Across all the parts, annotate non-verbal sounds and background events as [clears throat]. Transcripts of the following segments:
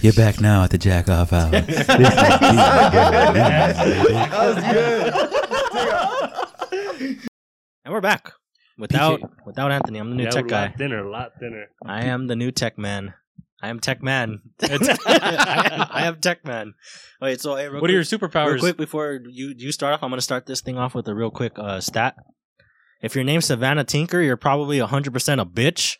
You're back now at the jack off hour. And we're back. Without without Anthony, I'm the new Yeah, tech a guy. Lot thinner, a lot thinner. I am the new tech man. I am tech [laughs] man. [laughs] It's- I, am, I am tech man. Wait, so hey, real What are your quick, real superpowers? quick before you you start off? I'm gonna start this thing off with a real quick uh, stat. If your name's Savannah Tinker, you're probably 100 percent a bitch.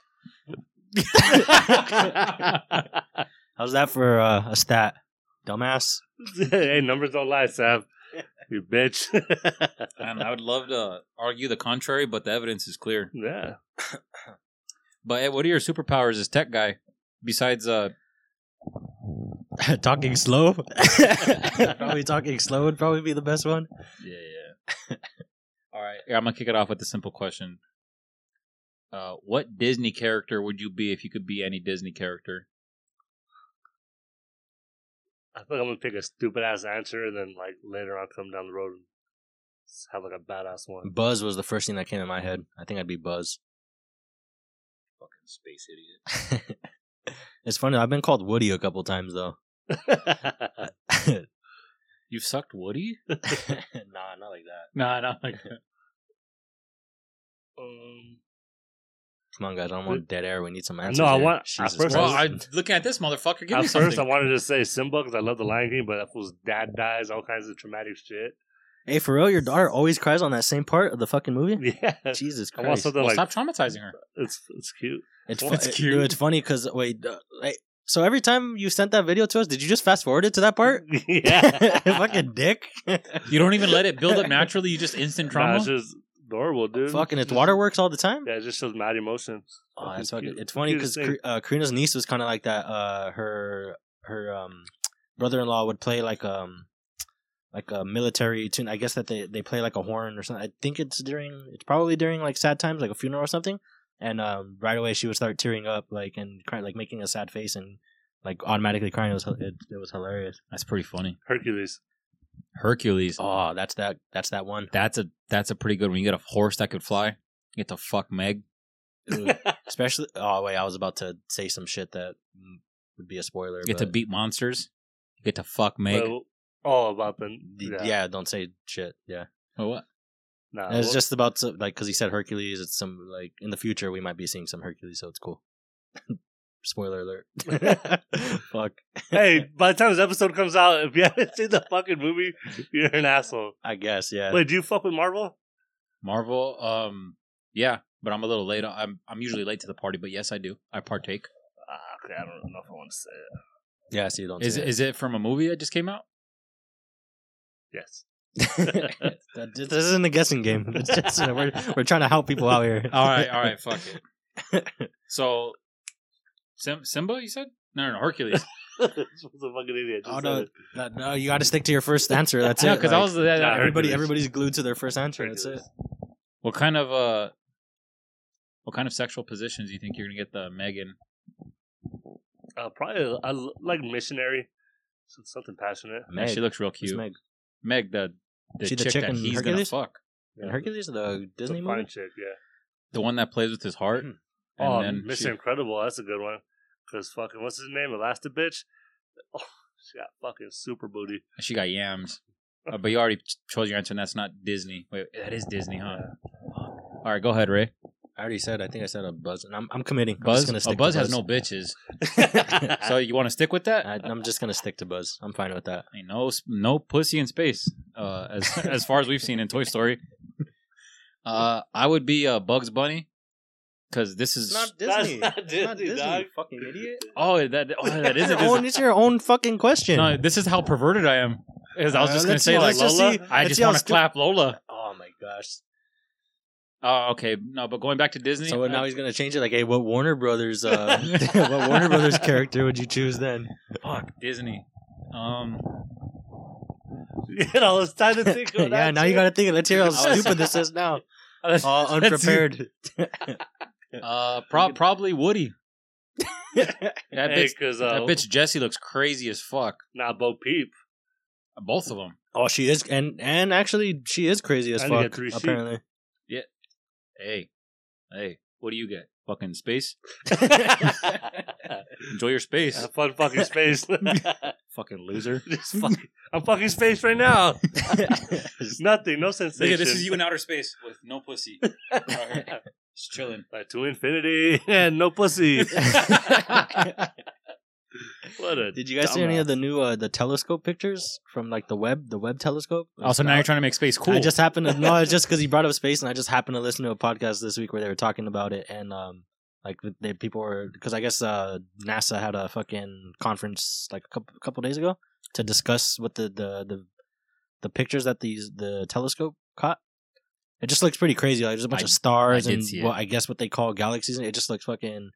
How's that for uh, a stat, [laughs] dumbass? hey, numbers don't lie, Sav. You bitch. [laughs] And I would love to argue the contrary, but the evidence is clear. yeah. But Ed, what are your superpowers as tech guy? Besides, uh, talking slow. [laughs] probably talking slow would probably be the best one. yeah, yeah. [laughs] All right, yeah, I'm gonna kick it off with a simple question. Uh, what Disney character would you be if you could be any Disney character? I think I'm gonna pick a stupid ass answer, and then like later on, come down the road and s- have like a badass one. Buzz was the first thing that came in my head. I think I'd be Buzz. Fucking space idiot. [laughs] it's funny. I've been called Woody a couple times [laughs] though. You've sucked Woody? [laughs] [laughs] nah, not like that. nah, not like that. um, Come on, guys. I don't want dead air. We need some answers. No, I here. want- at Jesus first Well, Christ. I looking at this motherfucker. Give at me first, I something. wanted to say Simba because I love the Lion King, but that fool's dad dies, all kinds of traumatic shit. [laughs] hey, for real, your daughter always cries on that same part of the fucking movie. Yeah, Jesus I Christ. want something Well, like stop traumatizing her. it's it's cute. It's, Well, fu- it's it- cute. dude, it's funny because wait, uh, like, so every time you sent that video to us, did you just fast forward it to that part? [laughs] [laughs] [laughs] yeah, fucking dick. You don't even let it build up naturally. [laughs] You just instant Nah, trauma. it's just adorable, dude. fucking, it's waterworks all the time. Yeah, it just shows mad emotions. Oh, that's Fucking fucking. cute. It's funny Cutest because uh, Karina's niece was kind of like that. Uh, her her um brother-in-law would play like um like a military tune. I guess that they they play like a horn or something. I think it's during. It's probably during like sad times, like a funeral or something. And um, right away she would start tearing up, like and cry, like making a sad face and like automatically crying. It was hi- it, it was hilarious. That's pretty funny. [laughs] Hercules. Hercules. Oh, that's that. That's that one. That's a that's a pretty good one. You get a horse that could fly. You get to fuck Meg. [laughs] [laughs] Ooh. Especially. Oh wait, I was about to say some shit that mm, would be a spoiler. You get to but- beat monsters. You get to fuck Meg. Well, all about the Yeah. don't say shit. Yeah. Oh, what? Nah, And it's well, just [laughs] about to, like because he said Hercules. It's some like in the future we might be seeing some Hercules, so it's cool. [laughs] Spoiler [laughs] alert. Fuck. hey, by the time this episode comes out, if you haven't seen the fucking [laughs] movie, you're an asshole. I guess yeah. Wait, do you fuck with Marvel? Marvel. Um, yeah, but I'm a little late. I'm I'm usually late to the party, but yes, I do. I partake. Ah, okay, I don't know if I want to say it. yeah, so you don't. Is say it, is it from a movie that just [laughs] came out? Yes. [laughs] [laughs] it. That- this isn't a guessing [laughs] game. It's just, uh, we're we're trying to help people out here. All right, [laughs] all right, fuck it. So, Sim- Simba, you said? No, no, no Hercules. this was a fucking idiot. Just Oh, said no. it. No, no, you got to stick to your first answer. [laughs] That's yeah, it. because I like, was. Nah, that- everybody. Hercules. Everybody's glued to their first answer. That's it. Hercules. what kind of uh, what kind of sexual positions do you think you're gonna get the Megan? Uh, probably I l- like missionary, So- something passionate. Man, she looks real It's cute. Meg. Meg. the the She the chick chick that in he's Hercules? gonna fuck, And Hercules, the It's a Disney fine movie. chick, yeah. the one that plays with his heart. Hmm. And Oh, then Mr. she- Incredible, that's a good one. Cause fucking what's his name, Elastabitch? Oh, she got fucking super booty. She got [laughs] yams. Uh, but you already ch- chose your answer, and that's not Disney. Wait, that is Disney, huh? All right, go ahead, Ray. I already said. I think I said a buzz, and I'm I'm committing. I'm Buzz, just gonna oh, stick Buzz to has no bitches. [laughs] so you want to stick with that? I, I'm just gonna stick to Buzz. I'm fine with that. Ain't no, s- no pussy in space, uh, [laughs] as as far as we've seen in Toy Story. Uh, I would be uh, Bugs Bunny, because this is Disney. not It's not Disney, Disney, dog. you fucking idiot. oh that oh [laughs] that is a your own, Disney. it's your own fucking question. No, this is how perverted I am. Because I was Uh, just gonna let's say see- like let's just Lola. see- I let's just see how want to stupid- clap Lola. Oh my gosh. Oh, okay, no, but going back to Disney. So uh, now he's gonna change it. Like, hey, what Warner Brothers? Uh, [laughs] what Warner Brothers character would you choose then? fuck Disney. Um, [laughs] you know, it's time to [laughs] think of yeah. that Now you shit. gotta think. Let's hear how was- stupid this is now. let's- All [laughs] let's see. unprepared. Uh, prob- probably Woody. That Hey, bitch, cause that uh, bitch Jesse looks crazy as fuck. not Bo [laughs] Peep. Both of them. oh, she is, and and actually, she is crazy as I need to fuck. get three sheep. Apparently, Hey, hey, what do you get? fucking space. Have Enjoy your space, fun fucking space. [laughs] fucking loser. Just fucking, I'm fucking space right [laughs] now. [laughs] It's nothing, no sensation. [laughs] Nigga, this is you in outer space with no pussy. Just chilling. [laughs] Like, to infinity [laughs] and no pussy. what a Did you guys see any of dumbass. the new uh, the telescope pictures from like the web the web telescope? Also, now you're trying to make space cool. I just happened to no, it's just because he brought up space, and I just happened to listen to a podcast this week where they were talking about it, and um, like they people were because I guess uh NASA had a fucking conference like a couple couple days ago to discuss what the the the, the pictures that these the telescope caught. It just looks pretty crazy. Like there's a bunch I- of stars I did and see it. what I guess what they call galaxies. and It just looks fucking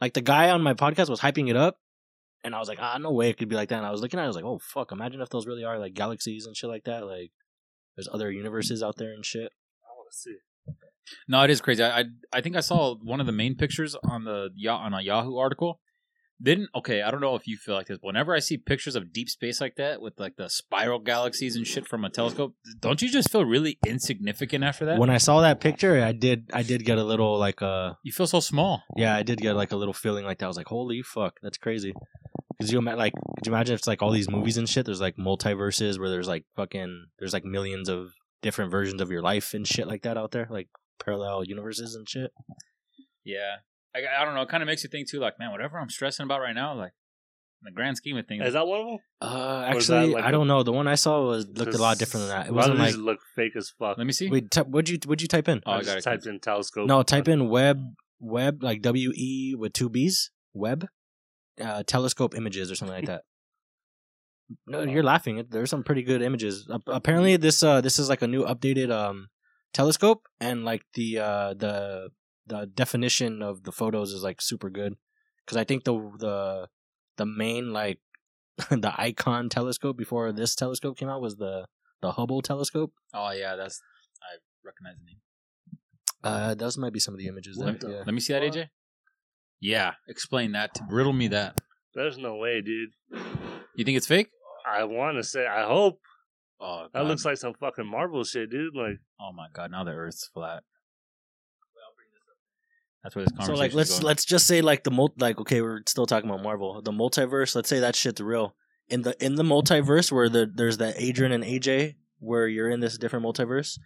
like the guy on my podcast was hyping it up. And I was like, ah, no way it could be like that. And I was looking at it, I was like, oh, fuck, imagine if those really are like galaxies and shit like that. Like, there's other universes out there and shit. I want to see. No, it is crazy. I, I I think I saw one of the main pictures on the Ya- on a Yahoo article. Didn't okay. I don't know if you feel like this, but whenever I see pictures of deep space like that with like the spiral galaxies and shit from a telescope, don't you just feel really insignificant after that? When I saw that picture, I did I did get a little like uh you feel so small. yeah, I did get like a little feeling like that. I was like, holy fuck, that's crazy. Cause you ima- like, could you imagine if it's like all these movies and shit? There's like multiverses where there's like fucking there's like millions of different versions of your life and shit like that out there, like parallel universes and shit. Yeah, I, I don't know. It kind of makes you think too. Like, man, whatever I'm stressing about right now, like in the grand scheme of things, Is that one of them? Uh, Or is that, actually, like, I a- don't know. The one I saw was looked a lot different than that. It wasn't like look fake as fuck. let me see. wait, t- what'd you what'd you type in? Oh, I I got just it. typed in telescope. No, type in web web like W E with two B's web uh, telescope images or something like that. No, you're laughing. There's some pretty good images. Ap- Apparently, this uh this is like a new updated um telescope, and like the uh the the definition of the photos is like super good because I think the the the main like [laughs] the icon telescope before this telescope came out was the the Hubble telescope. Oh yeah, that's I recognize the name. Uh, those might be some of the images. There. Let, Yeah. let me see that, AJ. Yeah, explain that. Riddle me that. There's no way, dude. You think it's fake? I want to say. I hope Oh, that God. looks like some fucking Marvel shit, dude. Like, Oh my god! Now the Earth's flat. That's where this So conversation. like let's let's just say like the mul- like okay we're still talking about Marvel the multiverse let's say that shit's real in the in the multiverse where the there's that Adrian and AJ where you're in this different multiverse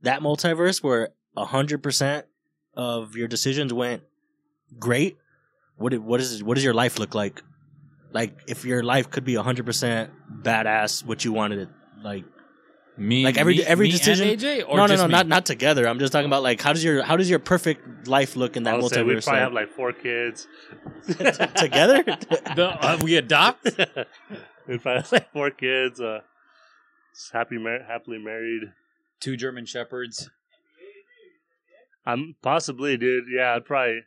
that multiverse where hundred percent of your decisions went great what it- what is what does your life look like like if your life could be hundred percent badass what you wanted it like me like, every- me- every me and decision- AJ or no no just no me? not not together I'm just talking about like how does your how does your perfect life look in that I would multiverse say we probably Like- have like four kids [laughs] together? [laughs] [laughs] [laughs] The- uh, we adopt. we probably have like four kids. Uh, just happy, mar- happily married. Two German shepherds. I'm Um, possibly, dude. Yeah, I'd probably.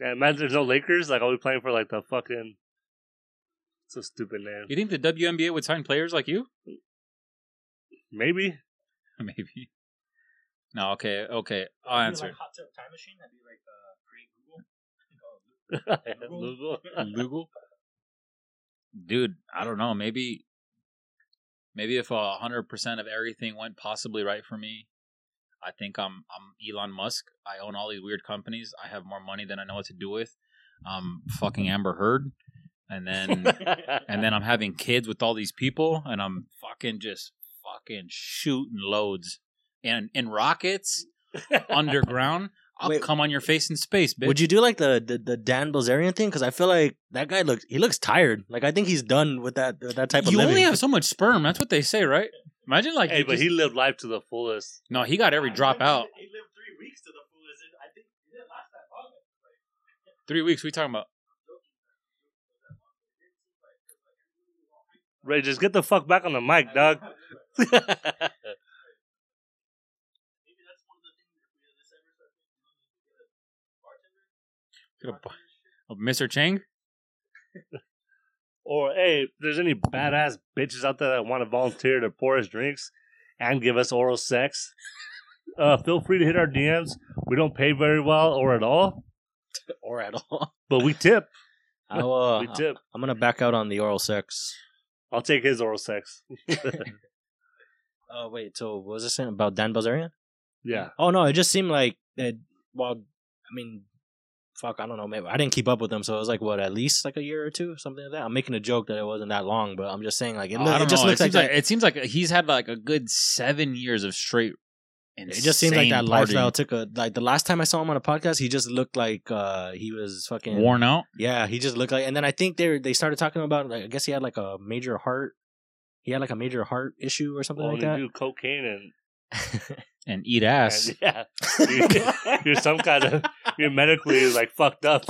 Yeah, imagine there's no Lakers. Like, I'll be playing for like the fucking. It's a stupid name. You think the WNBA would sign players like you? [laughs] Maybe. Maybe. No. Okay. Okay. I'll answer. hot tub time machine? That'd be like uh, pre Google. Google. [laughs] Google. Dude, I don't know. Maybe. Maybe if a hundred percent of everything went possibly right for me, I think I'm I'm Elon Musk. I own all these weird companies. I have more money than I know what to do with. I'm fucking Amber Heard, and [laughs] then and then I'm having kids with all these people, and I'm fucking just fucking shooting loads and in rockets underground. I'll Wait. come on your face in space, bitch. Would you do like the, the, the Dan Bilzerian thing? Because I feel like that guy looks he looks tired. Like I think he's done with that with that type of you living. only have so much sperm. That's what they say, right? Imagine like hey, you but just- he lived life to the fullest. no, he got every drop out. He lived three weeks to the fullest. I think he didn't last that long. Three weeks. We talking about? Ray, just get the fuck back on the mic, dog. [laughs] Get a bu- a Mr. Chang. or hey, if there's any badass bitches out there that want to volunteer to pour us drinks and give us oral sex, uh, feel free to hit our DMs. We don't pay very well or at all, [laughs] Or at [laughs] all. Uh-huh. but we tip. I will, We tip. [laughs] I'm gonna back out on the oral sex. I'll take his [laughs] oral sex. [laughs] Oh wait, so what was I saying about Dan Bilzerian? Yeah. Oh no, it just seemed like that. Well, I mean, fuck, I don't know, maybe I didn't keep up with them, so it was like what, at least like a year or two, something like that. I'm making a joke that it wasn't that long, but I'm just saying like it, Oh, look- I it don't just know. looks like, it seems like, it seems like he's had like a good seven years of straight. that, it just seems like that insane lifestyle partying. took a like the last time I saw him on a podcast, he just looked like uh he was fucking worn out. Yeah, he just looked like, and then I think they they started talking about like I guess he had like a major heart, he had like a major heart issue or something like Only that. Oh, do cocaine and, and eat ass. and [laughs] yeah, you're, you're some kind of you're medically like [laughs] fucked up.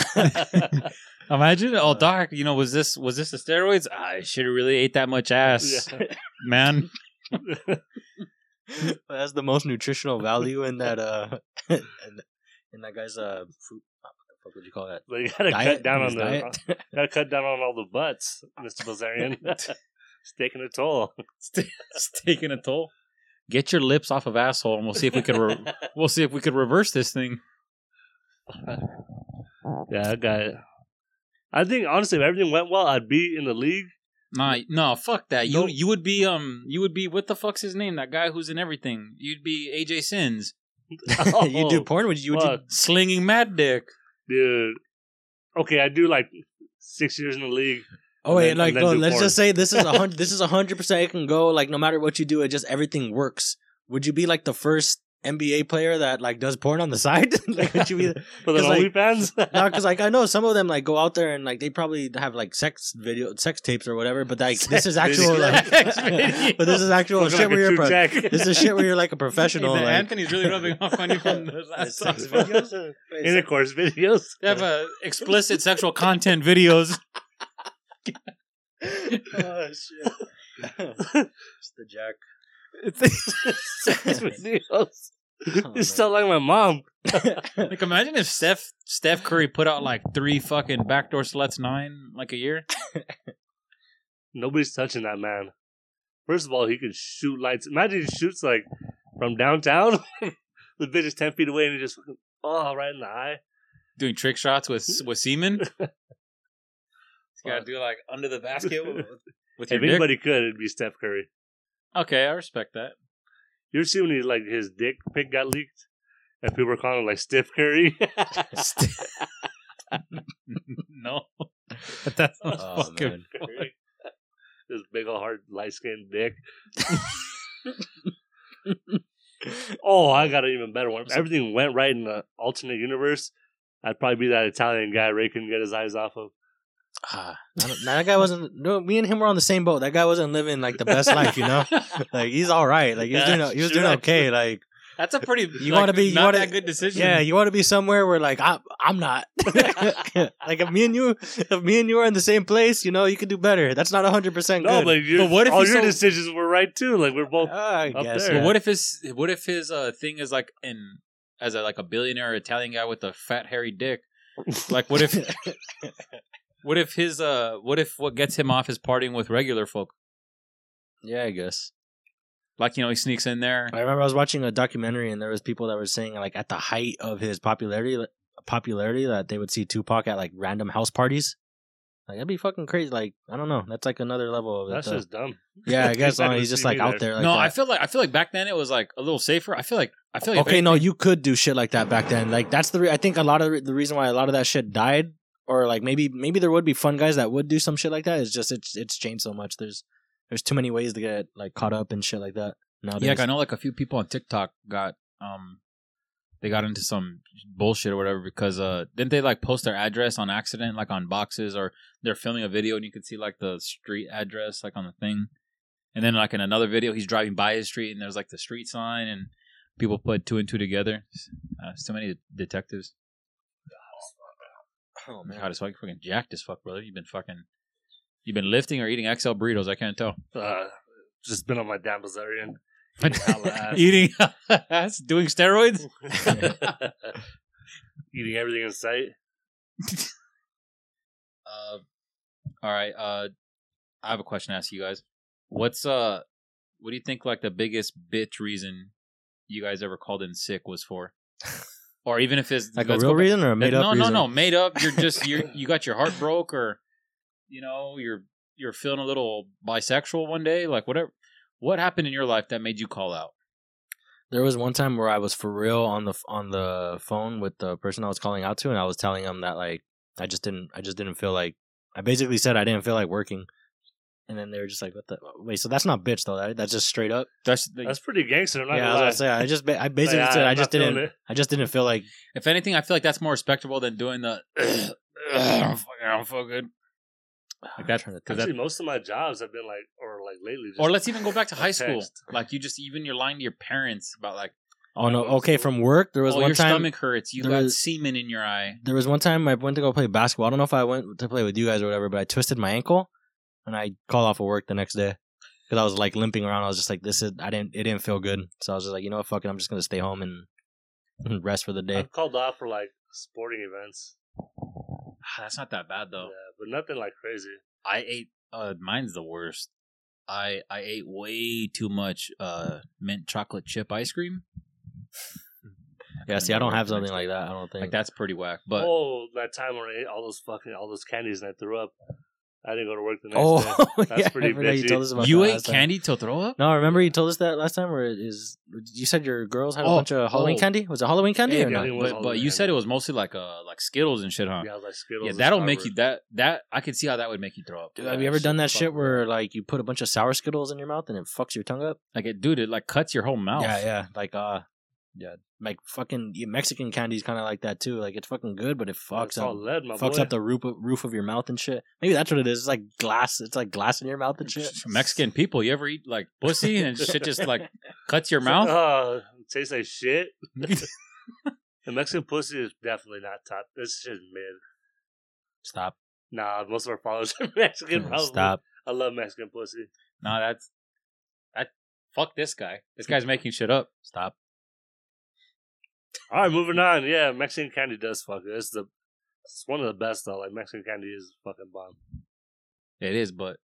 [laughs] Imagine, oh doc, you know, was this was this the steroids? I should have really ate that much ass, Yeah. man. [laughs] But That's the most nutritional value in that uh [laughs] in, in that guy's uh food. What would you call that? But you gotta Diet, cut down on his the diet. [laughs] gotta cut down on all the butts, [laughs] Mister [laughs] Bazarian. it's taking a toll. It's taking a toll. Get your lips off of asshole, and we'll see if we [laughs] could re- we'll see if we could reverse this thing. Yeah, I got it. I think honestly, if everything went well, I'd be in the league. Nah, no, fuck that. You No. you would be um you would be what the fuck's his name? That guy who's in everything. You'd be AJ Sins [laughs] [laughs] Oh, you do porn? Would you? Would you fuck, slinging mad dick. dude. Okay, I do like six years in [laughs] the league. oh wait, then- like and then no, do let's porn. just say this is a [laughs] hundred. this is a hundred percent. It can go like no matter what you do, it just everything works. Would you be like the first NBA player that like does porn on the side? [laughs] like, would you be? [laughs] For the 'Cause, like, OnlyFans, No, because like I know some of them like go out there and like they probably have like sex video, sex tapes or whatever. But like [laughs] this is [laughs] actual, video. like, Sex video. [laughs] but this is actual Looking shit like where a you're. true Pro- Jack. this is [laughs] shit where you're like a professional. Hey, man, like, Anthony's really rubbing off on you [laughs] from the last Sex time. videos? [laughs] intercourse videos. They have uh, explicit sexual [laughs] content videos. oh shit! it's the Jack. [laughs] [laughs] Sex videos. Oh, You sound like my mom. Like, imagine if Steph Steph Curry put out like three fucking backdoor sluts nine like a year. Nobody's touching that man. First of all, he can shoot lights. Imagine he shoots like from downtown. [laughs] the bitch is ten feet away and he just fucking oh right in the eye. doing trick shots with with semen. You gotta do like [laughs] under the basket with, [laughs] If with your dick. anybody could, it'd be Steph Curry. Okay, I respect that. [laughs] You ever see when he like his dick pic got leaked? And people were calling him like Stiff Curry. [laughs] no, that's [laughs] Oh, fucking. man. [laughs] this big old hard light skinned dick. [laughs] oh, I got an even better one. If everything went right in the alternate universe, I'd probably be that Italian guy Ray couldn't get his eyes off of. Ah, I don't- nah, that guy wasn't. No, me and him were on the same boat. That guy wasn't living like the best life, you [laughs] know. Like he's all right. Like he was Yeah, doing. He was sure, doing okay. [laughs] Like that's a pretty. You like, wanna be- you not wanna- that good decision. yeah, you want to be somewhere where like I, I'm not. [laughs] like if me and you, if me and you are in the same place, you know, you can do better. That's not 100 percent No, good. but, your- But what if all he's your so- decisions were right too? Like we're both. Ah, I Up guess. there. But yeah. what if his what if his uh, thing is like an as a like a billionaire Italian guy with a fat hairy dick? Like [laughs] what if what if his uh what if what gets him off is partying with regular folk? yeah, I guess. Like you know he sneaks in there. I remember I was watching a documentary and there was people that were saying like at the height of his popularity, popularity that they would see Tupac at like random house parties. Like that'd be fucking crazy. Like I don't know. That's like another level of it. That's though. just dumb. yeah, I guess [laughs] I uh, didn't he's just see like me out there. Like no, that. I feel like I feel like back then it was like a little safer. I feel like I feel like if okay, no, you could do shit like that back then. Like that's the re- I think a lot of re- the reason why a lot of that shit died, or like maybe maybe there would be fun guys that would do some shit like that. It's just it's it's changed so much. There's there's too many ways to get like caught up in shit like that nowadays. Yeah, like I know like a few people on TikTok got um they got into some bullshit or whatever because uh didn't they like post their address on accident like on boxes or they're filming a video and you can see like the street address like on the thing. And then like in another video he's driving by his street and there's like the street sign and people put two and two together. Uh, it's too many detectives. Oh, man. God, it's like fucking jacked as fuck, brother. You've been fucking you've been lifting or eating XL burritos, I can't tell. Uh, just been on my damn [laughs] Bazarian. eating [laughs] ass, doing steroids? [laughs] Eating everything in sight. Uh, all right. Uh, I have a question to ask you guys. What's uh, what do you think like the biggest bitch reason you guys ever called in sick [laughs] was for, or even if it's Like a let's real go back- reason or a made up no, reason? no, no, made up. You're [laughs] just you are you got your heart broke, or you know you're you're feeling a little bisexual one day, like whatever. What happened in your life that made you call out? There was one time where I was for real on the on the phone with the person I was calling out to, and I was telling him that like I just didn't I just didn't feel like I basically said I didn't feel like working, and then they were just like, "What the wait?" So that's not bitch though. That, that's just straight up. That's, the, That's pretty gangster. I'm not yeah, I gonna was lie. gonna say I just ba- I basically Like, said I I'm just not feeling didn't it. I just didn't feel like if anything, I feel like that's more respectable than doing the. [clears throat] I don't fucking, I don't feel good. Like that- trying to Cause think. that- Actually, most of my jobs have been like, or like lately. Just Or let's even go back to high school. text. Like you just even you're lying to your parents about like oh no okay from work there was oh one your time stomach hurts, you there got was- semen in your eye. there was one time I went to go play basketball. I don't know if I went to play with you guys or whatever, but I twisted my ankle and I called off of work the next day because I was like limping around. I was just like, this is, I didn't, it didn't feel good. So I was just like, you know what, fuck it. I'm just going to stay home and, and [laughs] rest for the day. I've called off for like sporting events, Ah, That's not that bad though. yeah, but nothing like crazy. I ate. Uh, mine's the worst. I I ate way too much uh mint chocolate chip ice cream. Yeah, see, I don't have something like that. I don't think. Like that's pretty whack. But oh, that time when I ate all those fucking all those candies and I threw up. I didn't go to work the next day. [laughs] oh, [laughs] [laughs] That's yeah, pretty I forgot you bitchy. told us about you that ate last time. candy till throw up. No, remember you told us that last time where it is, you said your girls had a Oh, bunch of Halloween oh. candy? Was it Halloween candy Yeah, or yeah, not? it was but all but you candy. said it was mostly like uh like Skittles and shit, huh? Yeah, I was like Skittles. Yeah, and that'll Starburst. make you that that I could see how that would make you throw up. Dude, have you ever done that shit where like you put a bunch of sour Skittles in your mouth and it fucks your tongue up? like it, dude, it like cuts your whole Oh. mouth. Yeah, yeah. Like uh yeah, like fucking yeah, Mexican candy's kind of like that too. Like it's fucking good, but it It's fucks all up lead, my fucks boy. up the roof of, roof of your mouth and shit. Maybe that's what it is. It's like glass. It's like glass in your [laughs] mouth and shit. Mexican people, you ever eat like pussy and shit just like cuts your mouth? Oh, it tastes like shit. [laughs] the Mexican pussy is definitely not top. This shit is mid. Stop. Nah, most of our followers [laughs] are Mexican. probably. Stop. I love Mexican pussy. No, that's that. Fuck this guy. This guy's making shit up. Stop. All right, moving on. Yeah, Mexican candy does fuck. It's the it's one of the best though. Like Mexican candy is fucking bomb. It is, but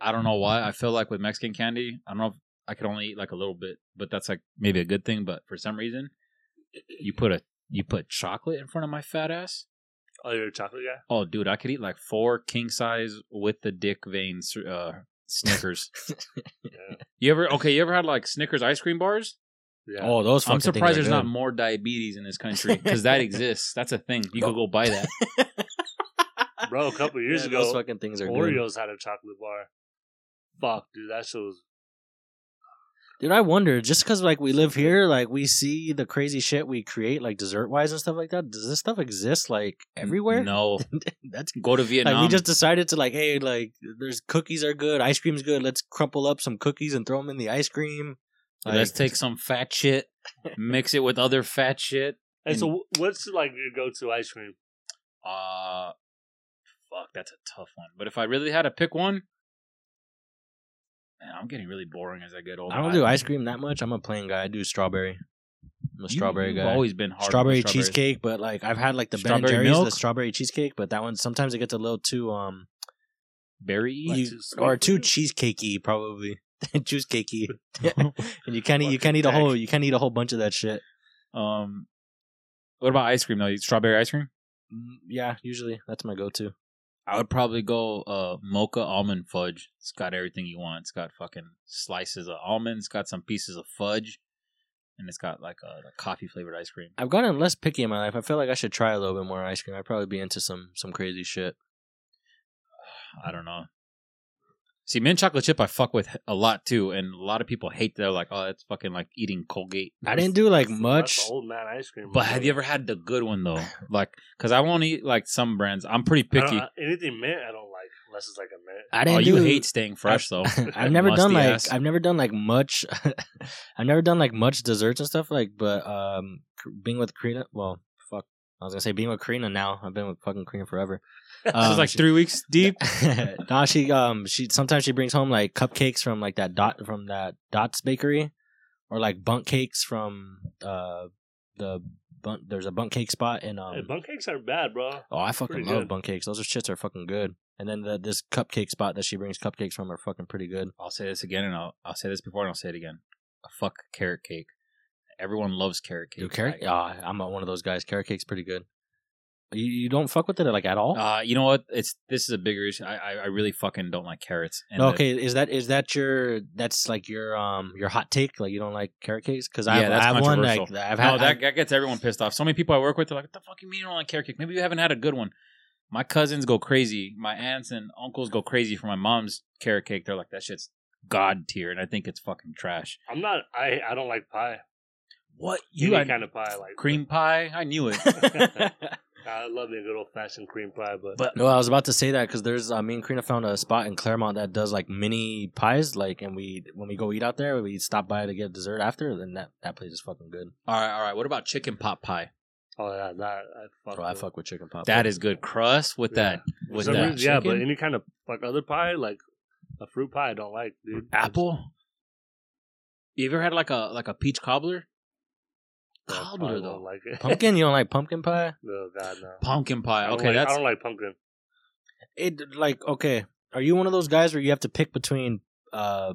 I don't know why. I feel like with Mexican candy, I don't know. if I could only eat like a little bit, but that's like maybe a good thing. But for some reason, you put a you put chocolate in front of my fat ass. Oh, you're a chocolate guy. Oh, dude, I could eat like four king size with the dick veins uh, [laughs] Snickers. You ever okay? You ever had like Snickers ice cream bars? [laughs] Yeah. Oh, those fucking I'm surprised there's things not more diabetes in this country because [laughs] that exists. That's a thing. You could go buy that. not Bro, [laughs] a couple years ago, Those fucking things are good. Oreos had a chocolate bar. Fuck, dude, that shit was. Dude, I wonder just cuz like we live here, like we see the crazy shit we create like dessert-wise and stuff like that. Does this stuff exist like [laughs] everywhere? No, That's go to [laughs] Vietnam. Like we just decided to like, hey, like there's cookies are good, ice cream's good. Let's crumple up some cookies and throw them in the ice cream. Like, Let's take some fat shit, mix it with other fat shit. And, And- so, what's like your go-to ice cream? Uh fuck, that's a tough one. But if I really had to pick one, man, I'm getting really boring as I get older. I don't do ice cream that much. I'm a plain guy. I do strawberry. I'm a You- strawberry you've guy. Always been hard. with strawberry strawberries. cheesecake, but like I've had like the Ben and Strawberry Jerry's, the milk? strawberry cheesecake, but that one sometimes it gets a little too um berry. you- too sweet or for too you? cheesecakey probably. [laughs] cheesecakey, [laughs] [laughs] and you can't eat, you Fucking can't eat a dick. whole you can't eat a whole bunch of that shit. Um, what about ice cream though? You- Strawberry ice cream. Mm, Yeah, usually that's my go-to. I would probably go uh mocha almond fudge. It's got everything you want. It's got fucking slices of almonds. It's got some pieces of fudge, and it's got like a, coffee flavored ice cream. I've gotten less picky in my life. I feel like I should try a little bit more ice cream. I'd probably be into some some crazy shit. I don't know. See, mint chocolate chip I fuck with a lot too, and a lot of people hate. They're like, "Oh, that's fucking like eating Colgate." I didn't do like That's much. old man ice cream. [laughs] But have you ever had the good [laughs] one though? Like, cause I won't eat like some brands. I'm pretty picky. I- anything mint? I don't like unless it's like a mint. I Oh, didn't you do. hate staying fresh though. [laughs] I've never done Musty like ass. [laughs] I've never done like much. [laughs] I've never done like much desserts and stuff like. But um, cr- being with Karina, well, fuck. I was gonna say being with Karina now. I've been with fucking Karina [laughs] forever. this Um, is like three weeks deep. [laughs] nah, she um she sometimes she brings home like cupcakes from like that dot from that Dots bakery, or like bunk cakes from uh the bunk. There's a bunk cake spot in um Hey, bun cakes aren't bad, bro. Oh, I fucking Pretty love good. bun cakes. Those are shits are fucking good. And then the, this cupcake spot that she brings cupcakes from are fucking pretty good. I'll say this again, and I'll I'll say this before, and I'll say it again. Fuck carrot cake. Everyone loves carrot cake. Dude, carrot. I- Ah, I'm a- one of those guys. Carrot cake's pretty good. You, you don't fuck with it like at all. Uh, you know what? It's this is a bigger issue. I I, I really fucking don't like carrots. And the- okay, is that is that your that's like your um your hot take? Like you don't like carrot cakes? Because Yeah, I've, that's I've one like controversial. that. I've had. no, that, that gets everyone pissed off. So many people I work with are like, "What the fuck you mean you don't like carrot cake? Maybe you haven't had a good one." My cousins go crazy. My aunts and uncles go crazy for my mom's carrot cake. They're like, "That shit's god tier," and I think it's fucking trash. I'm not. I I don't like pie. What You you Any had kind of pie, I like cream pie? I knew it. I, I love me a good old fashioned cream pie, but, But no, I was about to say that because there's uh, me and Karina found a spot in Claremont that does like mini pies, like, and we when we go eat out there, we stop by to get dessert after. Then that that place is fucking good. all right, all right. What about chicken pot pie? oh yeah, that I fuck. Bro, I with. fuck with chicken pop. That is good crust with Yeah. that For with some that reason, yeah, but chicken? any kind of like other pie, like a fruit pie, I don't like, dude. apple. You ever had like a like a peach cobbler? I probably Cobbler won't though, like [laughs] it. pumpkin. You don't like pumpkin pie? [laughs] oh god, no. pumpkin I pie. don't Okay, like- that's I don't like pumpkin. It like okay. Are you one of those guys where you have to pick between uh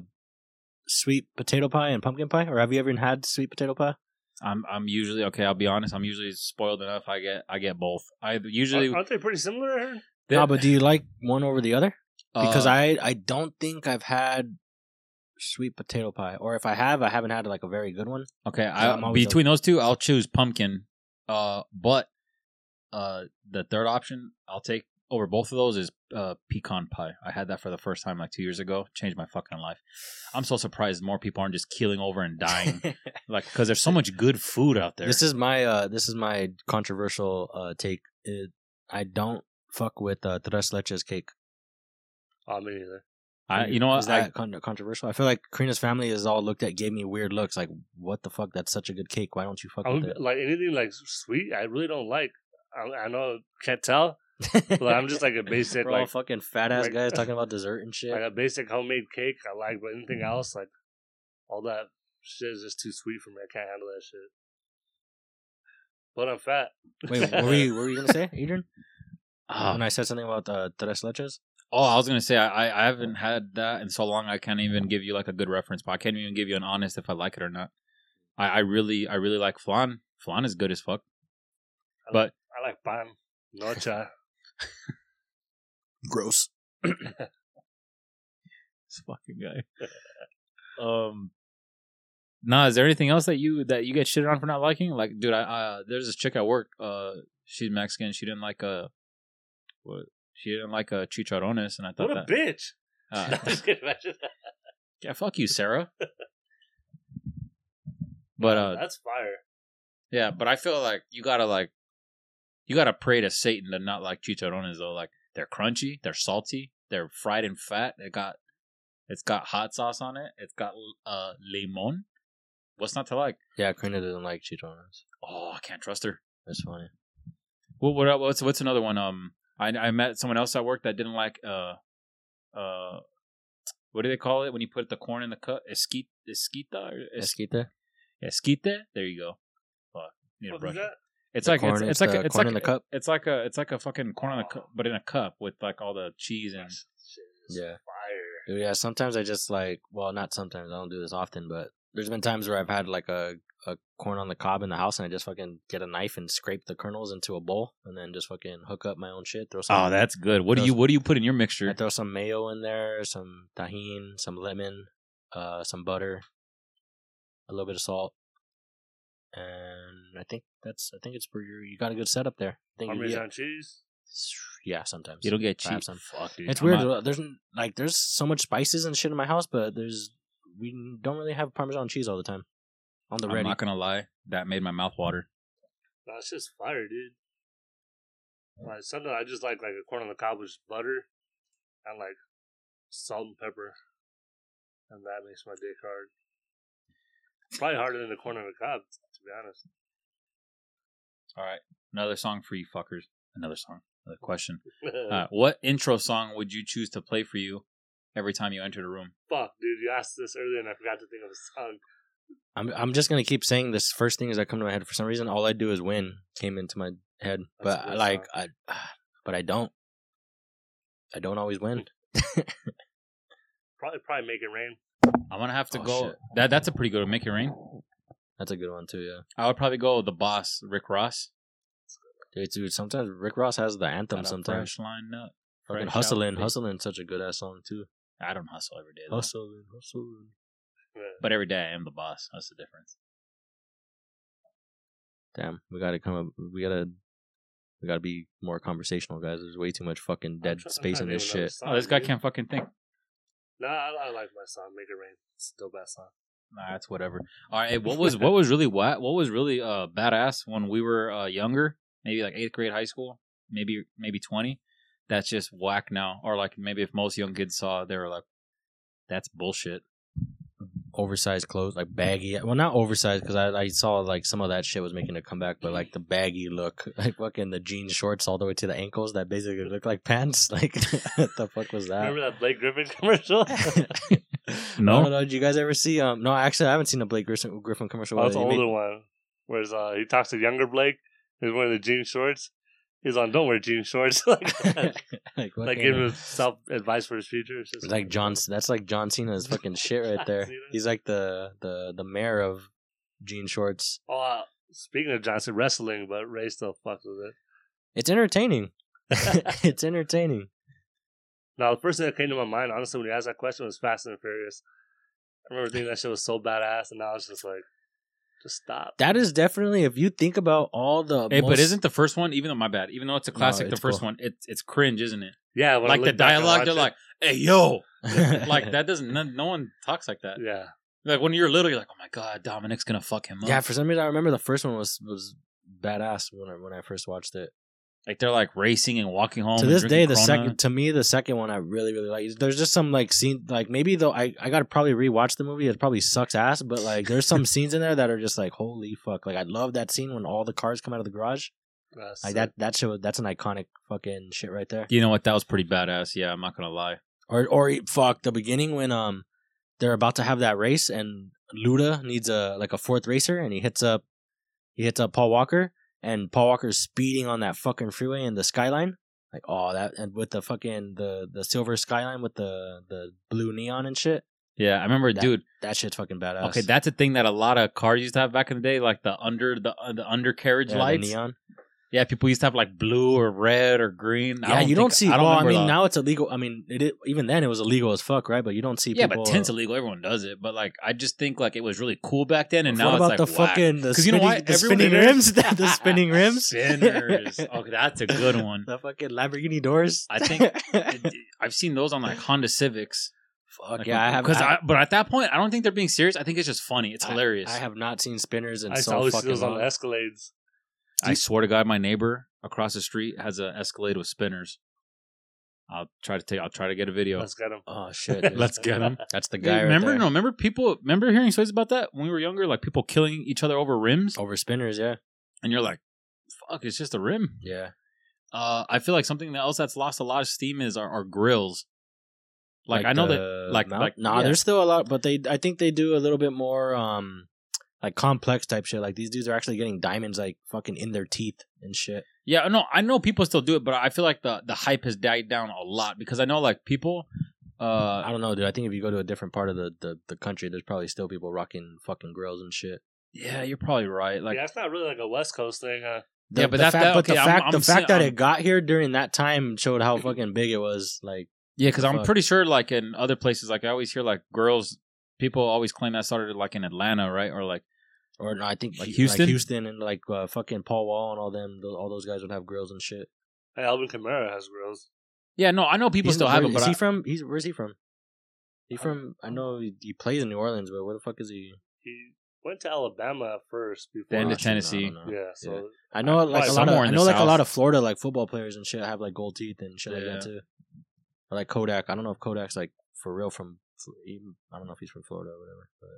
sweet potato pie and pumpkin pie, or have you ever even had sweet potato pie? I'm I'm usually okay. I'll be honest. I'm usually spoiled enough. I get I get both. I usually Aren't they pretty similar? I heard. They- no, but do you like one over the other? uh, Because I I don't think I've had sweet potato pie, or if I have, I haven't had like a very good one. okay. I'm I always between those two, I'll choose pumpkin. Uh, but uh, the third option I'll take over both of those is uh pecan pie. I had that for the first time like two years ago. Changed my fucking life. I'm so surprised more people aren't just keeling over [laughs] and dying. like because there's so much good food out there. This is my uh this is my controversial uh take. It, I don't fuck with uh, tres leches cake. Oh, me neither. I, you know Uh, Is what? that I, con- controversial? I feel like Karina's family is all looked at, gave me weird looks. Like, what the fuck? That's such a good cake. Why don't you fuck I with don't, like anything like sweet, I really don't like. I, I know can't tell, it? but I'm just [laughs] [laughs] like a basic We're all like fucking fat ass like- guys talking [laughs] about dessert and shit. like a basic homemade cake. I like, but anything else like all that shit is just too sweet for me. I can't handle that shit. But I'm fat. Wait, what were you what were you gonna say, Adrian? Ah. when I said something about uh, tres leches, Oh, I was gonna say I, I- I haven't had that in so long. I can't even give you like a good reference, but I can't even give you an honest if I like it or not. I, I really I really like flan. Flan is good as fuck. I like pan, [laughs] nocha. gross. This fucking guy. um, nah. Is there anything else that you that you get shit on for not liking? Like, dude, I uh, there's this chick at work. Uh, she's Mexican. She didn't like a what? She didn't like a chicharrones, and I thought What a that. bitch! [laughs] uh, [laughs] yeah, fuck you, Sarah. But uh, That's fire. Yeah, but I feel like you gotta like you gotta pray to Satan to not like chicharrones though. Like they're crunchy, they're salty, they're fried in fat. They got it's got hot sauce on it. It's got uh limon. What's not to like? Yeah, Karina doesn't like chicharrones. Oh, I can't trust her. That's funny. What, what what's what's another one? Um, I I met someone else at work that didn't like uh uh what do they call it when you put the corn in the cup? Esquita, esquita, or es- Esquite, esquite. There you go. Fuck, need a What brush. was that? It's The like it's, corn- it's it's like the a, it's corn like in a- the cup? It's like a it's like a fucking corn on the cup, but in a cup with like all the cheese and. That's- shit is Yeah. Fire. Yeah, sometimes I just like, well, not sometimes. I don't do this often, but there's been times where I've had like a, a corn on the cob in the house and I just fucking get a knife and scrape the kernels into a bowl and then just fucking hook up my own shit. Throw some, Oh, that's good. What do Those- you what do you put in your I mixture? throw some mayo in there, some tahine, some lemon, uh, some butter, a little bit of salt. And I think that's, I think it's pretty, you got a good setup there. I think you'd be- Parmesan cheese. yeah, sometimes. You don't get I have cheese. some. Fuck, dude. It's I'm weird. not- though. There's n- like there's so much spices and shit in my house, but there's we don't really have Parmesan cheese all the time on the I'm ready. not gonna lie. That made my mouth water. That's just fire, dude. Like something I just like, like a corn on the cob with just butter and like salt and pepper, and that makes my dick hard. Probably harder than the corn on the cob, to be honest. All right, another song for you fuckers. Another song. Another question. Uh, what intro song would you choose to play for you every time you enter the room? [laughs] Fuck, dude, you asked this earlier and I forgot to think of a song. I'm I'm just gonna keep saying this first thing as I come to my head. For some reason, all I do is win came into my head, That's but a I good like I, [sighs] but I don't. I don't always win. [laughs] Probably, probably make it rain. I'm gonna have to Oh, go. shit. That that's a pretty good. one. Make it rain. That's a good one too. Yeah, I would probably go with the boss, Rick Ross. Dude, dude, sometimes Rick Ross has the anthem. Got a sometimes fresh line up. fucking fresh hustling, outfit. hustling, such a good ass song too. I don't hustle every day, though. Hustling, hustling. Yeah. but every day I am the boss. That's the difference. Damn, we gotta come up. We gotta, we gotta be more conversational, guys. There's way too much fucking I'm dead try- I'm space trying in to this name another shit. song, Oh, this guy dude. can't fucking think. Nah, I, I like my song, Make It Rain. It's still that song. Nah, that's whatever. All right, what was what was really what what was really uh badass when we were uh younger, maybe like eighth grade, high school, maybe maybe twenty. That's just whack now, or like maybe if most young kids saw, it, they were like, "That's bullshit." Oversized clothes, like baggy. Well, not oversized because I, I saw like some of that shit was making a comeback, but like the baggy look, [laughs] like fucking the jean shorts all the way to the ankles that basically look like pants. [laughs] Like, what the fuck was that? Remember that Blake Griffin [laughs] [laughs] [laughs] commercial? That's No? I don't know. Did you guys ever see? Um, no, actually, I haven't seen a Blake Griffin, Griffin commercial. the He made- [laughs] Oh, older one. Whereas uh, he talks to younger Blake, who's wearing the jean shorts. He's on, don't wear jean shorts. [laughs] [laughs] like, like, like fucking- giving himself advice for his future. It's just It's like John. That's like John [laughs] Cena's fucking shit right there. John Cena. He's like the the the mayor of jean shorts. Oh, uh, speaking of Johnson wrestling, but Ray still fucks with it. It's [laughs] entertaining. [laughs] it's entertaining. Now, the first thing that came to my mind, honestly, when you asked that question, was Fast and Furious. I remember thinking that shit was so badass, and I was just like, just stop. That is definitely if you think about all the. Hey, but most- [laughs] isn't the first one, even though my bad, even though it's a No, classic, the it's first cool. one, it's it's cringe, isn't it? yeah, when I like the look back and dialogue, watch they're it- like, "Hey, [laughs] yo," like that doesn't. No, no one talks like that. yeah, Like when you're little, you're like, "Oh my god, Dominic's gonna fuck him up." Yeah, for some reason I remember the first one was was badass when I when I first watched it. like they're like racing and walking home. to and this day, drinking the Oh, Corona. second to me the second one I really really like. There's just some like scene like maybe though I I gotta probably rewatch the movie. It probably sucks ass, but like there's [laughs] some scenes in there that are just like holy fuck. Like I love that scene when all the cars come out of the garage. that's Like it. that that shit was- that's an iconic fucking shit right there. You know what? That was pretty badass. Yeah, I'm not gonna lie. Or or fuck the beginning when um they're about to have that race and Luda needs a like a fourth racer and he hits up he hits up Paul Walker and Paul Walker's speeding on that fucking freeway in the skyline. Like oh that and with the fucking the the silver skyline with the the blue neon and shit. Yeah, I remember, That- dude. That shit's fucking badass. Okay, that's a thing that a lot of cars used to have back in the day, like the under the uh, the undercarriage yeah, the lights. neon. Yeah, people used to have like blue or red or green. I yeah, you don't think- see. well, I remember mean, the- now it's illegal. I mean, it, it- even then it was illegal as fuck, right? But you don't see. Yeah, people, uh, but tent's illegal. Everyone does it. But like, I just think like it was really cool back then, and now what about it's like the whack. fucking the 'Cause you spinning, know what? the Everyone- [laughs] spinning rims? [laughs] the spinning rims. Spinners. Okay, that's a good one. The fucking Lamborghini doors. I think- [laughs] I've seen those on like Honda Civics. Fuck Like, yeah, I have. Because I, I, but at that point, I don't think they're being serious. I think it's just funny. It's hilarious. I have not seen spinners in I used to so always see fucking those on long. the Escalades. I swear to God, my neighbor across the street has an Escalade with spinners. I'll try to take. I'll try to get a video. Let's get them. [laughs] oh shit, dude. Let's get 'em. That's the Dude, guy. remember? right No, there. remember people. Remember hearing stories about that when we were younger, like people killing each other over rims, over spinners. Yeah, and you're like, "Fuck, it's just a rim." yeah. Uh, I feel like something else that's lost a lot of steam is our, our grills. Like, I know that. the like- mount- like- nah, yeah. there's still a lot, but they I think they do a little bit more um like complex type shit. Like these dudes are actually getting diamonds like fucking in their teeth and shit. Yeah, no, I know people still do it, but I feel like the the hype has died down a lot because I know like people. Uh, I don't know, dude. I think if you go to a different part of the the, the country, there's probably still people rocking fucking grills and shit. yeah, you're probably right. Like, yeah, it's not really like a West Coast thing. uh, Huh? The, Yeah, but the that- fact, that- but the okay, I'm- fact, I'm the fact that saying- it got here during that time showed how fucking big it was. Like, Yeah, because I'm Fuck. pretty sure, like in other places, like I always hear, like girls, people always claim that started like in Atlanta, right? Or like, or no, I think Like like Houston, Houston? Houston, and like uh, fucking Paul Wall and all them. Those, all those guys would have grills and shit. Hey, Alvin Kamara has grills. yeah, no, I know people He's- still have where- it, but is I, he from? He's where's he from? He from? I know he, he plays in New Orleans, but where the fuck is he? He went to Alabama first before. Then to Oh, shit, no, I Tennessee. don't know. Yeah, so Yeah. I know like a lot of somewhere I in know the like a lot South. of Florida like football players and shit have like gold teeth and shit like Yeah. that too. Or like Kodak, I don't know if Kodak's like for real from even I don't know if he's from Florida or whatever. But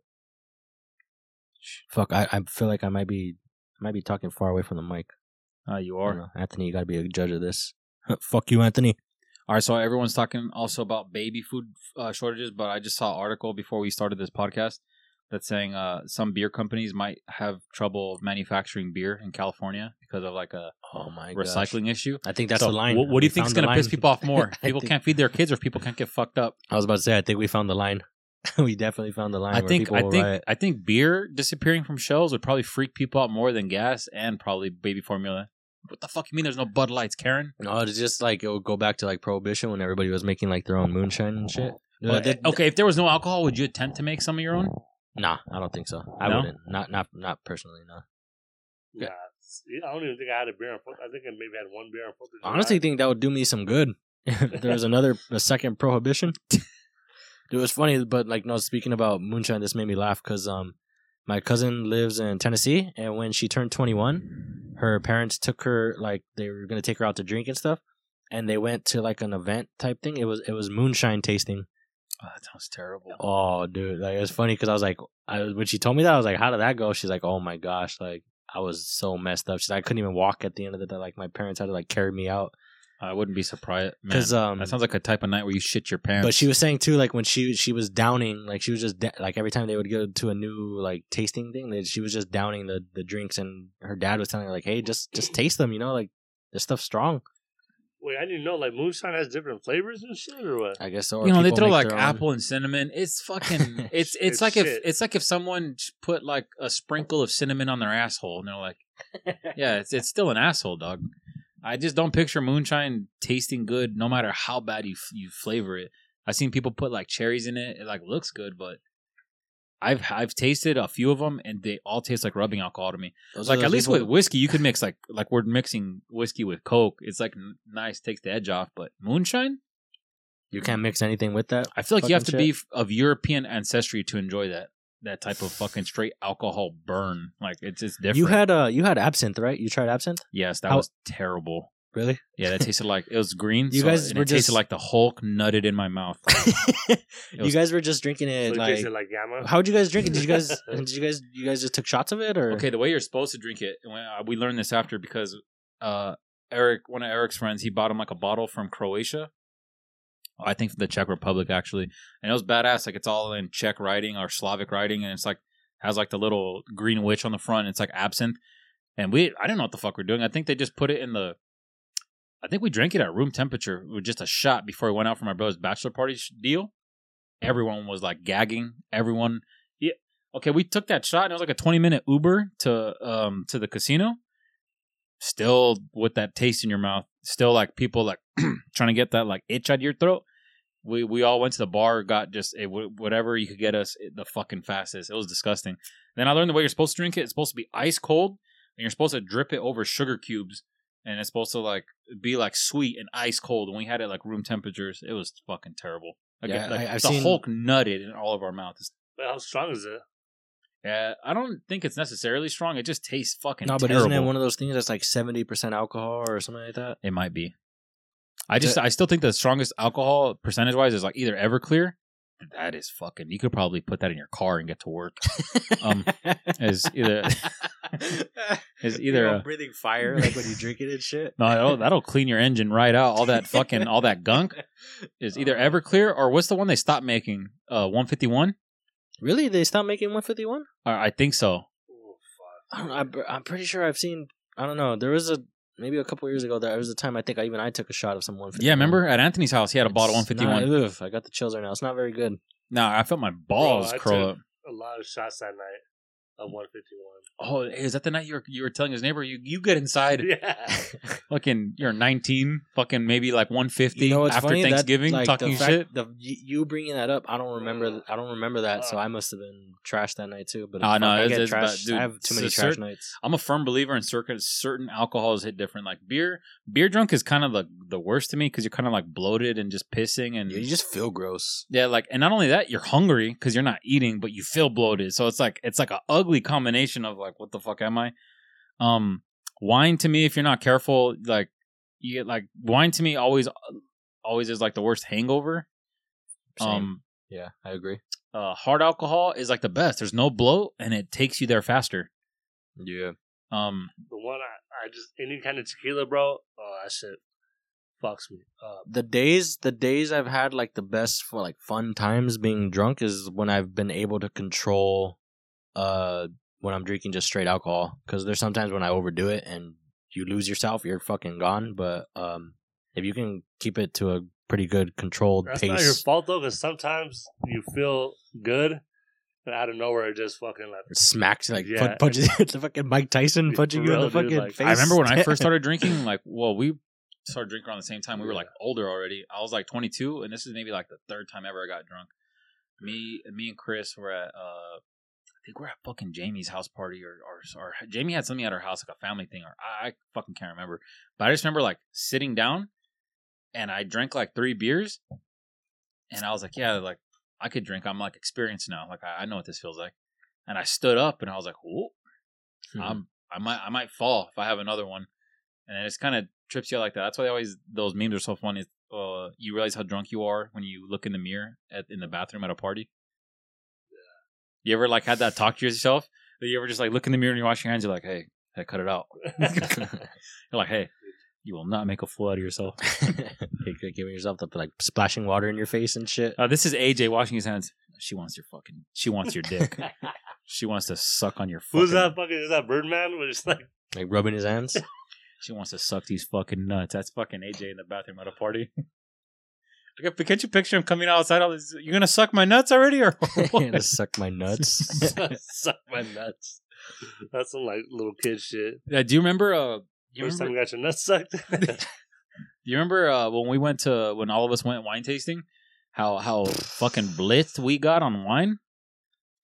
fuck, I, I feel like I might be I might be talking far away from the mic. uh, you Or are. Anthony, you got to be a judge of this. [laughs] fuck you, Anthony. All right, so everyone's talking also about baby food uh, shortages, but I just saw an article before we started this podcast that's saying uh, some beer companies might have trouble manufacturing beer in California because of like a Oh my god, recycling issue. I think that's So the line. What, what do We you think is found the going to piss line. people off more? [laughs] I People think- can't feed their kids, or people can't get fucked up. I was about to say, I think we found the line. [laughs] we definitely found the line. I where think people I will think riot. I think beer disappearing from shelves would probably freak people out more than gas and probably baby formula. What the fuck you mean? There's no Bud Lights, Karen. No, it's just like it would go back to like prohibition when everybody was making like their own moonshine and shit. Well, But they- eh, okay, if there was no alcohol, would you attempt to make some of your own? Nah, I don't think so. I No? wouldn't. Not not not personally. No. Okay. Nah, it's- I don't even think I had a beer on Fourth. I think I maybe had one beer on Fourth. of I honestly July. think that would do me some good. if there was another a second prohibition. Dude, [laughs] it was funny, but like no, speaking about moonshine, this made me laugh because um my cousin lives in Tennessee and when she turned twenty one, her parents took her like they were gonna take her out to drink and stuff. And they went to like an event type thing. It was it was moonshine tasting. Oh, that sounds terrible. Oh, dude, like it's funny because I was like, I was- when she told me that, I was like, how did that go? She's like, oh my gosh, like I was so messed up. She's like, I couldn't even walk at the end of the day. Like my parents had to like carry me out I wouldn't be surprised. because Because um. that sounds like a type of night where you shit your pants. but she was saying too, like when she she was downing, like she was just da- like every time they would go to a new like tasting thing, that she was just downing the the drinks, and her dad was telling her like, hey, just just taste them, you know, like this stuff's strong. Wait, I didn't know. Like moonshine has different flavors and shit, or what? I guess so. or you know, they people throw make like their own. apple and cinnamon. It's [laughs] fucking. It's it's, It's like if shit. it's like if someone sh- put like a sprinkle of cinnamon on their asshole, and they're like, yeah, it's it's still an asshole, dog. I just don't picture moonshine tasting good, no matter how bad you f- you flavor it. I've seen people put like cherries in it. It like looks good, but I've I've tasted a few of them, and they all taste like rubbing alcohol to me. Those are Like those at least people- with whiskey, you could mix like like we're mixing whiskey with coke. It's like n- nice, takes the edge off. But moonshine, you can't mix anything with that. I feel like you have to Fucking be f- of European ancestry to enjoy that that type of fucking straight alcohol burn. Like it's it's different. You had uh you had absinthe, right? You tried absinthe, yes, that How- was terrible. [laughs] really? Yeah, that tasted like it was green. You so- guys and were it tasted just- like the Hulk nutted in [laughs] my mouth. you was- guys were just drinking it So it like tasted like gamma. how'd you guys drink it? Did you [laughs] guys did you guys you guys just took shots of it or okay, the way you're supposed to drink it, and when- uh, we learned this after because uh, Eric, one of Eric's friends, he bought him like a bottle from Croatia. I think from the Czech Republic actually, and it was badass. Like it's all in Czech writing or Slavic writing, and it's like has like the little green witch on the front. It's like absinthe, and we I didn't know what the fuck we're doing. I think they just put it in the. I think we drank it at room temperature with just a shot before we went out for my brother's bachelor party sh- deal. Everyone was like gagging. Everyone, yeah. Okay, we took that shot and it was like a twenty minute Uber to um to the casino. Still with that taste in your mouth. Still like people like [clears throat] trying to get that like itch out of your throat. We we all went to the bar, got just a, wh- whatever you could get us it- the fucking fastest. It was disgusting. Then I learned the way you're supposed to drink it. It's supposed to be ice cold, and you're supposed to drip it over sugar cubes, and it's supposed to like be like sweet and ice cold. And we had it like room temperatures. It was fucking terrible. Like, Yeah, it- like, I- I've the seen- Hulk nutted in all of our mouth. It's But how strong is it? yeah, I don't think it's necessarily strong. It just tastes fucking. No, but terrible. isn't it one of those things that's like seventy percent alcohol or something like that? It might be. I just, The- I still think the strongest alcohol percentage wise is like either Everclear. That is fucking. You could probably put that in your car and get to work. [laughs] Um, is either is You either know, uh, breathing fire like when you drink it and shit. no, that'll, that'll clean your engine right out. All that fucking, all that gunk is [laughs] either Uh-huh. Everclear or what's the one they stopped making? Uh, one fifty one. [laughs] Really? They stopped making one fifty one? I think so. Oh, I fuck. don't know. I'm, I'm pretty sure I've seen. I don't know. There was a maybe a couple years ago. There was a time I think I even I took a shot of some one fifty. Yeah, remember at Anthony's house, he had a bottle one It's fifty not- one. oof, I got the chills right now. It's not very good. No, I felt my balls I curl took- up. A lot of shots that night. Of one fifty one. Oh, hey, is that the night you were, you were telling his neighbor you, you get [laughs] inside? Yeah. Fucking, you're 19, fucking maybe like 150 You know what's after funny? That, Thanksgiving, like, talking the fact- shit. The, y- you bringing that up, I don't remember. th- I don't remember that, so I must have been trash that night too. But Ah, fuck, no, I it's- get it's bad, trash. dude. I have too many So trash certain- nights. I'm a firm believer in certain certain alcohols hit different. Like beer, beer drunk is kind of the the worst to me because you're kind of like bloated and just pissing and You just feel gross. yeah, like and not only that, you're hungry because you're not eating, but you feel bloated. So it's like it's like a ugly combination of like what the fuck am I? Um, wine to me, if you're not careful, like you get like wine to me always always is like the worst hangover. Same. Um, yeah, I agree. uh, hard alcohol is like the best. There's no bloat, and it takes you there faster. Yeah, Um, the one I, I just any kind of tequila, bro. Oh, that shit fucks me up. the days the days I've had like the best for like fun times being drunk is when I've been able to control, uh, when I'm drinking just straight alcohol. Because there's sometimes when I overdo it and you lose yourself, you're fucking gone. But um, if you can keep it to a pretty good controlled That's pace, not your fault though, because sometimes you feel good, And out of nowhere, it just fucking like smacks like Yeah. punch, punches [laughs] it's the fucking Mike Tyson Dude, punching for you in the real, dude, fucking like, face. I remember when I first [laughs] started drinking, like, well, we started drinking around the same time. We were like older already. I was like 22, and this is maybe like the third time ever I got drunk. Me, me and Chris were at, uh, I think we're at fucking Jamie's house party, or, or, or Jamie had something at her house, like a family thing, or I, I fucking can't remember. But I just remember like sitting down, and I drank like three beers, and I was like, yeah, like I could drink. I'm like experienced now. Like I, I know what this feels like. And I stood up, and I was like, whoa. Hmm. Mhm. I'm I might I might fall if I have another one, and it just kind of trips you out like that. That's why they always those memes are so funny. Uh, you realize how drunk you are when you look in the mirror at in the bathroom at a party. You ever like had that talk to yourself? That you ever just like look in the mirror and you wash your hands? You're like, hey, I cut [laughs] it out. [laughs] you're like, hey, you will not make a fool out of yourself. [laughs] You're giving yourself the like splashing water in your face and [laughs] shit. Uh, this is AJ washing his hands. She wants your fucking. She wants [laughs] your dick. she wants to suck on your. Fucking, who's that fucking is that Birdman? Was just like [laughs] Like rubbing his hands. She wants to suck these fucking nuts. That's fucking AJ in the bathroom at a party. [laughs] Like, if- can't you picture him coming outside? All this, you're gonna suck my nuts already, or [laughs] [laughs] [laughs] what? to suck my [laughs] nuts. suck my nuts. That's some like little kid shit. Yeah, do you remember? Uh, you First remember, time you got your nuts sucked. do you remember uh, when we went to when all of us went wine tasting? How how fucking blitzed we got on wine?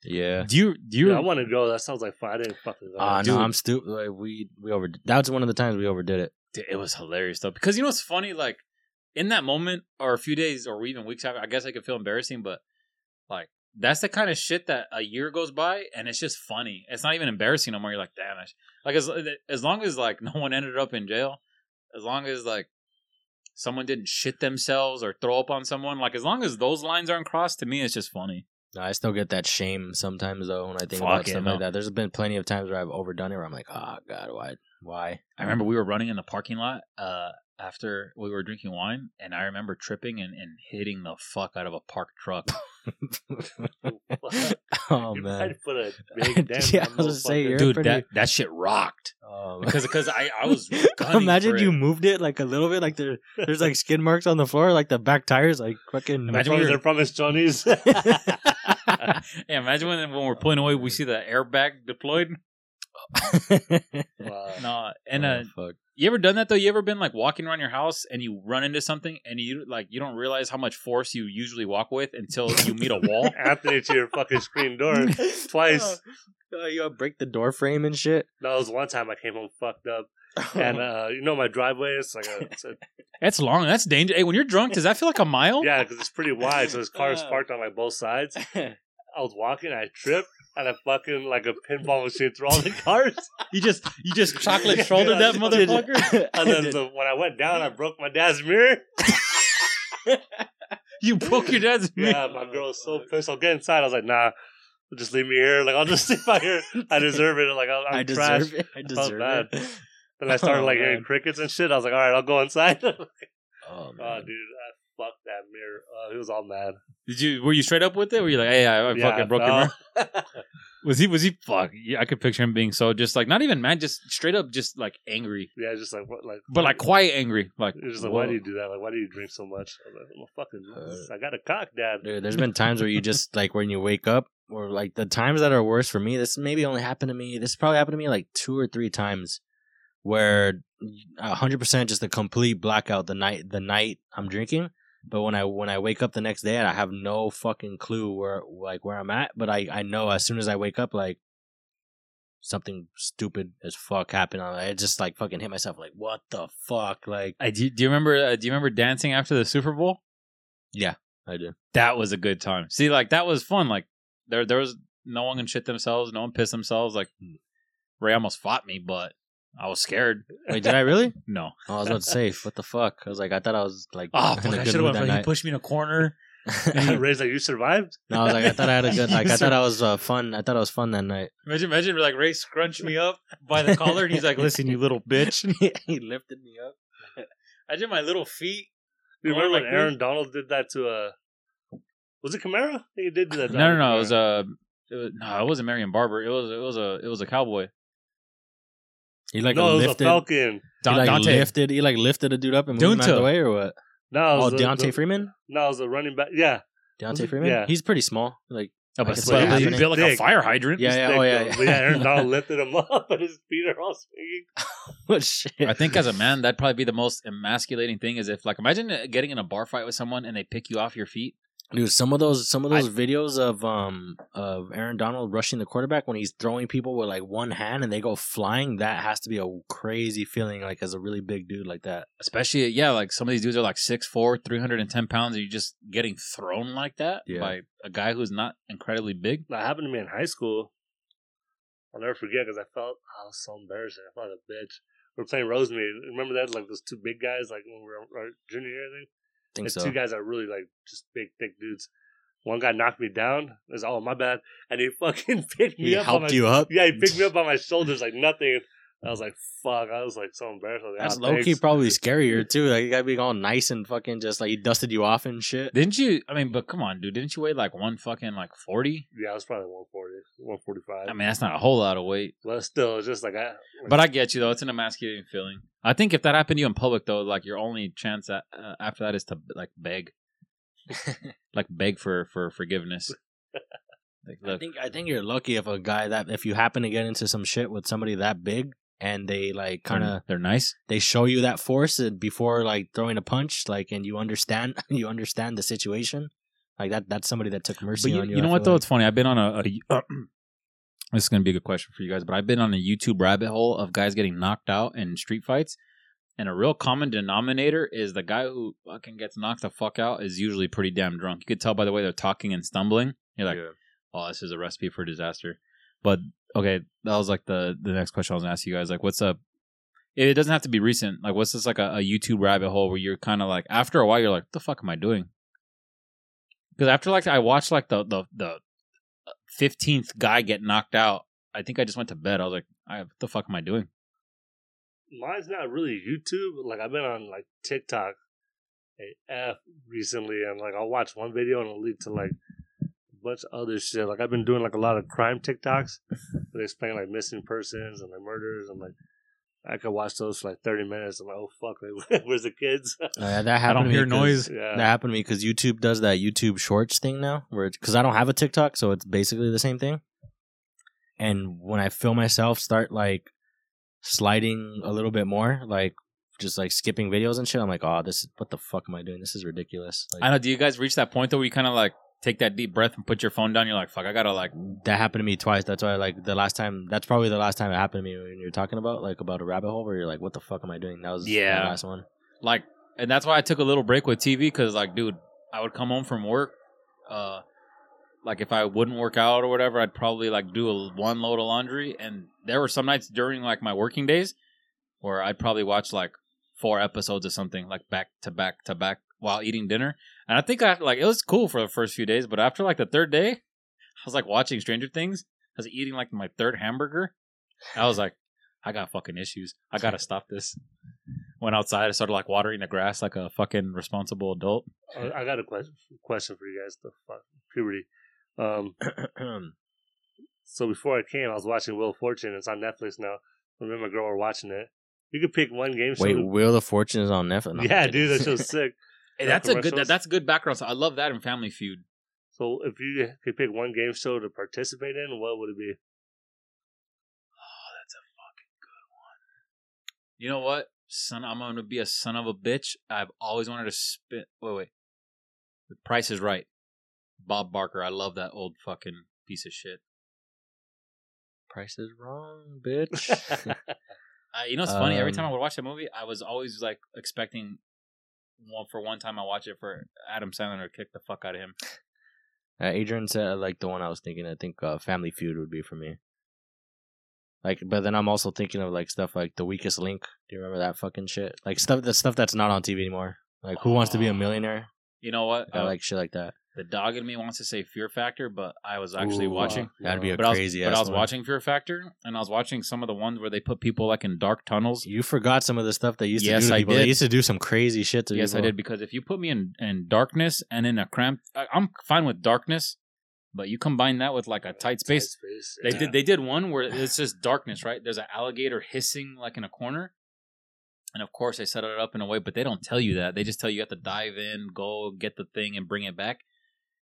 yeah. Do you [laughs] do you? Dude, I want to go. That sounds like fun. I didn't fucking go. [laughs] Ah, Dude. no, I'm stupid. Like, we we overdid. That was one of the times we overdid it. Dude, it was hilarious though because you know what's funny like in that moment or a few days or even weeks after i guess i could feel embarrassing but like that's the kind of shit that a year goes by and it's just funny it's not even embarrassing no more you're like damn I sh-. like as, eh, as long as like [laughs] no one ended up in jail as long as like someone didn't shit themselves or throw up on someone like as long as those lines aren't crossed to me it's just funny No, I still get that shame sometimes though when I think Fuck about it, stuff no. like that. There's been plenty of times where I've overdone it where I'm like, oh god, why, why? [laughs] i remember we were running in the parking lot uh after we were drinking wine and i remember tripping and, and hitting the fuck out of a parked truck oh You man, might put a big dent in Yeah, I that was gonna say, motherfucker. [laughs] you're- dude pretty- that that [laughs] shit rocked oh man. because because I [laughs] I was gunning Imagine for you it. moved it like a little bit, like there, there's [laughs] like skin marks on the floor, like the back tires, like fucking. They're Imagine from- we were- they're from his [laughs] Johnny's. [laughs] yeah, imagine when when we're pulling away, we see the airbag deployed. Wow. No, [laughs] and Oh, uh, fuck. you ever done that though? You ever been like walking around your house and you run into something and you like you don't realize how much force you usually walk with until you meet a wall. Anthony to your fucking [laughs] screen door [laughs] twice. Oh, you gotta break the door frame and shit. That was one time I came home fucked up, [laughs] and uh, you know my driveway is like a, it's a That's long. That's dangerous. Hey, when you're drunk, does that feel like a mile? yeah, because it's pretty wide, so his car is Oh. parked on like both sides. I was walking, I tripped, and I fucking like a pinball machine through all the [laughs] cars. You just you just chocolate shouldered Yeah, that I motherfucker. [laughs] And then the, when I went down, I broke my dad's mirror. You broke your dad's Yeah, my girl was so pissed. I'll get inside. I was like, nah, just leave me here. Like I'll just [laughs] sleep out here. I deserve it. Like I'm, I'm I trash. deserve it. I deserve bad. it. Then I started Oh, like man. hearing crickets and shit. I was like, all right, I'll go inside. [laughs] oh, dude, Oh, I man. fucked that mirror. Uh, he was all mad. [laughs] Did you were you straight up with it? Were you like, hey, I, I Yeah, Uh, fucking I broke your fell. mirror? Was he? Was he? Fuck. Yeah, I could picture him being so just like not even mad, just straight up, just like angry, Yeah, just like what, like, but like quiet angry. Like, it was just like, whoa. why do you do that? Like, why do you drink so much? I was like, well, fucking, Uh, I got a cock, dad. [laughs] Dude, there's been times where you just like when you wake up, or like the times that are worse for me. This maybe only happened to me. This probably happened to me like two or three times, where hundred percent just a complete blackout the night the night I'm drinking. But when I when I wake up the next day, I have no fucking clue where like where I'm at. But I I know as soon as I wake up, like something stupid as fuck happened. I I just like fucking hit myself. Like what the fuck? Like I, do, do you remember? Uh, do you remember dancing after the Super Bowl? I do. That was a good time. See, like that was fun. Like there, there was no one can shit themselves. No one pissed themselves. Like Hmm. Ray almost fought me, but I was scared. Wait, did I really? No. Oh, I was about to say, what the fuck? I was like, I thought I was like, [laughs] Oh, in fuck, a I good should mood have went. that For, he night. pushed me in a corner. [laughs] Ray's like, you survived? no, I was like, I thought I had a good, like, I thought I was uh, fun. I thought I was fun that night. Imagine, imagine like Ray scrunched me up by [laughs] the collar, and he's like, "Listen, you little bitch." he lifted me up. Imagine my little feet. You Going remember like when Aaron Donald did that to a? Was it Camaro? He did do that. to No, no, no. Camaro. It was uh, a. It was, no, it wasn't Marion Barber. It was it was a it was a cowboy. He like no, it was lifted. a Falcon. He Da- like Dante. lifted. He like lifted a dude up and moved him out of Dunta. the way, or what? No, it Oh, was a- Deontay the- Freeman. No, it was a running back. Yeah, Was Deontay it? Freeman. Yeah. He's pretty small. Like [laughs] Oh, I but can see but it you happening. built like a Big. fire hydrant. Yeah, yeah, Stick oh, yeah, though. yeah. But yeah, Aaron Donald lifted him [laughs] up, and his feet are all swinging. oh shit! I think as a man, that'd probably be the most emasculating thing. Is if like imagine uh, getting in a bar fight with someone and they pick you off your feet. Dude, some of those some of I- those videos of um of Aaron Donald rushing the quarterback when he's throwing people with like one hand and they go flying. That has to be a crazy feeling. Like as a really big dude like that. Especially yeah, like some of these dudes are like 6'4", 310 pounds, and you're just getting thrown like that Yeah. by a guy who's not incredibly big. That happened to me in high school. I'll never forget because I felt I was so embarrassing. I felt like a bitch. We were playing Rosemary. Remember that? Like those two big guys, like when we were our junior year, I think. I think It's so. two guys that are really like just big, thick dudes. One guy knocked me down. It was all my bad, and he [laughs] fucking picked me He up. on helped [laughs] my, you up. [laughs] Yeah, he picked me up by my shoulders like nothing. I was like, "Fuck!" I was like so embarrassed. I was like, That's "Ah, low key thanks." probably scarier too. Like you gotta be all nice and fucking just like he dusted you off and shit. Didn't you? I mean, but come on, dude. Didn't you weigh like one fucking like forty? [laughs] Yeah, I was probably 140, 145. I mean, that's not a whole lot of weight. but still, it's just like I. But I get you though. It's an emasculating feeling. I think if that happened to you in public though, like your only chance at, uh, after that is to like [laughs] beg, like beg for for forgiveness. Like, I look, think I think you're lucky if a guy that if you happen to get into some shit with somebody that big and they like kind of they're- they're nice. they show you that force uh, before like throwing a punch like and you understand [laughs] you understand the situation like that that's somebody that took mercy But you, on you you know I what feel though? like. It's funny. I've been on a. a [clears throat] this is gonna be a good question for you guys, but I've been on a YouTube rabbit hole of guys getting knocked out in street fights, and a real common denominator is the guy who fucking gets knocked the fuck out is usually pretty damn drunk. You could tell by the way they're talking and stumbling. You're like, oh, this is a recipe for disaster. But okay, that was like the the next question I was gonna ask you guys. Like, what's up? It it doesn't have to be recent. Like, what's this like a, a YouTube rabbit hole where you're kind of like after a while you're like, the fuck am I doing? Because after like I watched like the the the uh, fifteenth guy get knocked out, I think I just went to bed. I was like, I, what the fuck am I doing? mine's not really YouTube. Like I've been on like TikTok AF recently, and like I'll watch one video and it'll lead to like a bunch of other shit. Like I've been doing like a lot of crime TikToks. Where they explain like missing persons and like murders and like. I could watch those for like thirty minutes. I'm like, oh fuck, like, [laughs] where's the kids? Oh, yeah, that I happened don't to me hear 'cause- [laughs] noise. yeah, that happened to me because YouTube does that YouTube Shorts thing now, where because I don't have a TikTok, so it's basically the same thing. And when I feel myself start like sliding a little bit more, like just like skipping videos and shit, I'm like, oh, this is what the fuck am I doing? This is ridiculous. Like, I know. Do you guys reach that point though where you kind of like take that deep breath and put your phone down? You're like, fuck, I gotta like. that happened to me twice. That's why, like, the last time, that's probably the last time it happened to me when you're talking about, like, about a rabbit hole where you're like, what the fuck am I doing? That was Yeah. the last one. like and that's why i took a little break with tv because like dude i would come home from work uh like if i wouldn't work out or whatever i'd probably like do a, one load of laundry and there were some nights during like my working days where i'd probably watch like four episodes of something like back to back to back while eating dinner and i think i like it was cool for the first few days but after like the third day [laughs] i was like watching stranger things i was eating like my third hamburger i was like i got fucking issues i gotta stop this went outside and started like watering the grass like a fucking responsible adult. Oh, I I got a question question for you guys. The fuck puberty. Um, so before I came, I was watching Will of Fortune. It's on Netflix now. Me and my girl were watching it. You could pick one game show. Wait, to- Wheel of Fortune is on Netflix. No, I'm yeah, kidding. dude, [laughs] that show's sick. Hey, Yeah, that's a good commercials. that, that's good background. So I love that in Family Feud. So if you could pick one game show to participate in, what would it be? You know what? Son, I'm gonna be a son of a bitch. I've always wanted to spit. Wait, wait. The Price is Right. Bob Barker. I love that old fucking piece of shit. Price is wrong, [laughs] bitch. Uh, you know, it's funny. Every Um, time I would watch that movie, I was always like expecting. Well, for one time, I watched it for Adam Sandler to kick the fuck out of him. Uh, Adrian said I like the one I was thinking. I think uh, Family Feud would be for me. Like, but then I'm also thinking of like stuff like The Weakest Link. Do you remember that fucking shit? Like stuff the stuff that's not on TV anymore. Like Who Wants to Be a Millionaire? You know what? Uh, I like shit like that. the dog in me wants to say Fear Factor, but I was actually watching. That'd be a but I was, crazy. but ass I was one. watching Fear Factor, and I was watching some of the ones where they put people like in dark tunnels. You forgot some of the stuff they used to Yes, do. To I people. did. They used to do some crazy shit to Yes, I people. did because if you put me in in darkness and in a cramped, I, I'm fine with darkness, but you combine that with like a tight space. They yeah. did they did one where it's just darkness, right? There's an alligator hissing like in a corner. And of course, they set it up in a way, but they don't tell you that. They just tell you you have to dive in, go get the thing, and bring it back.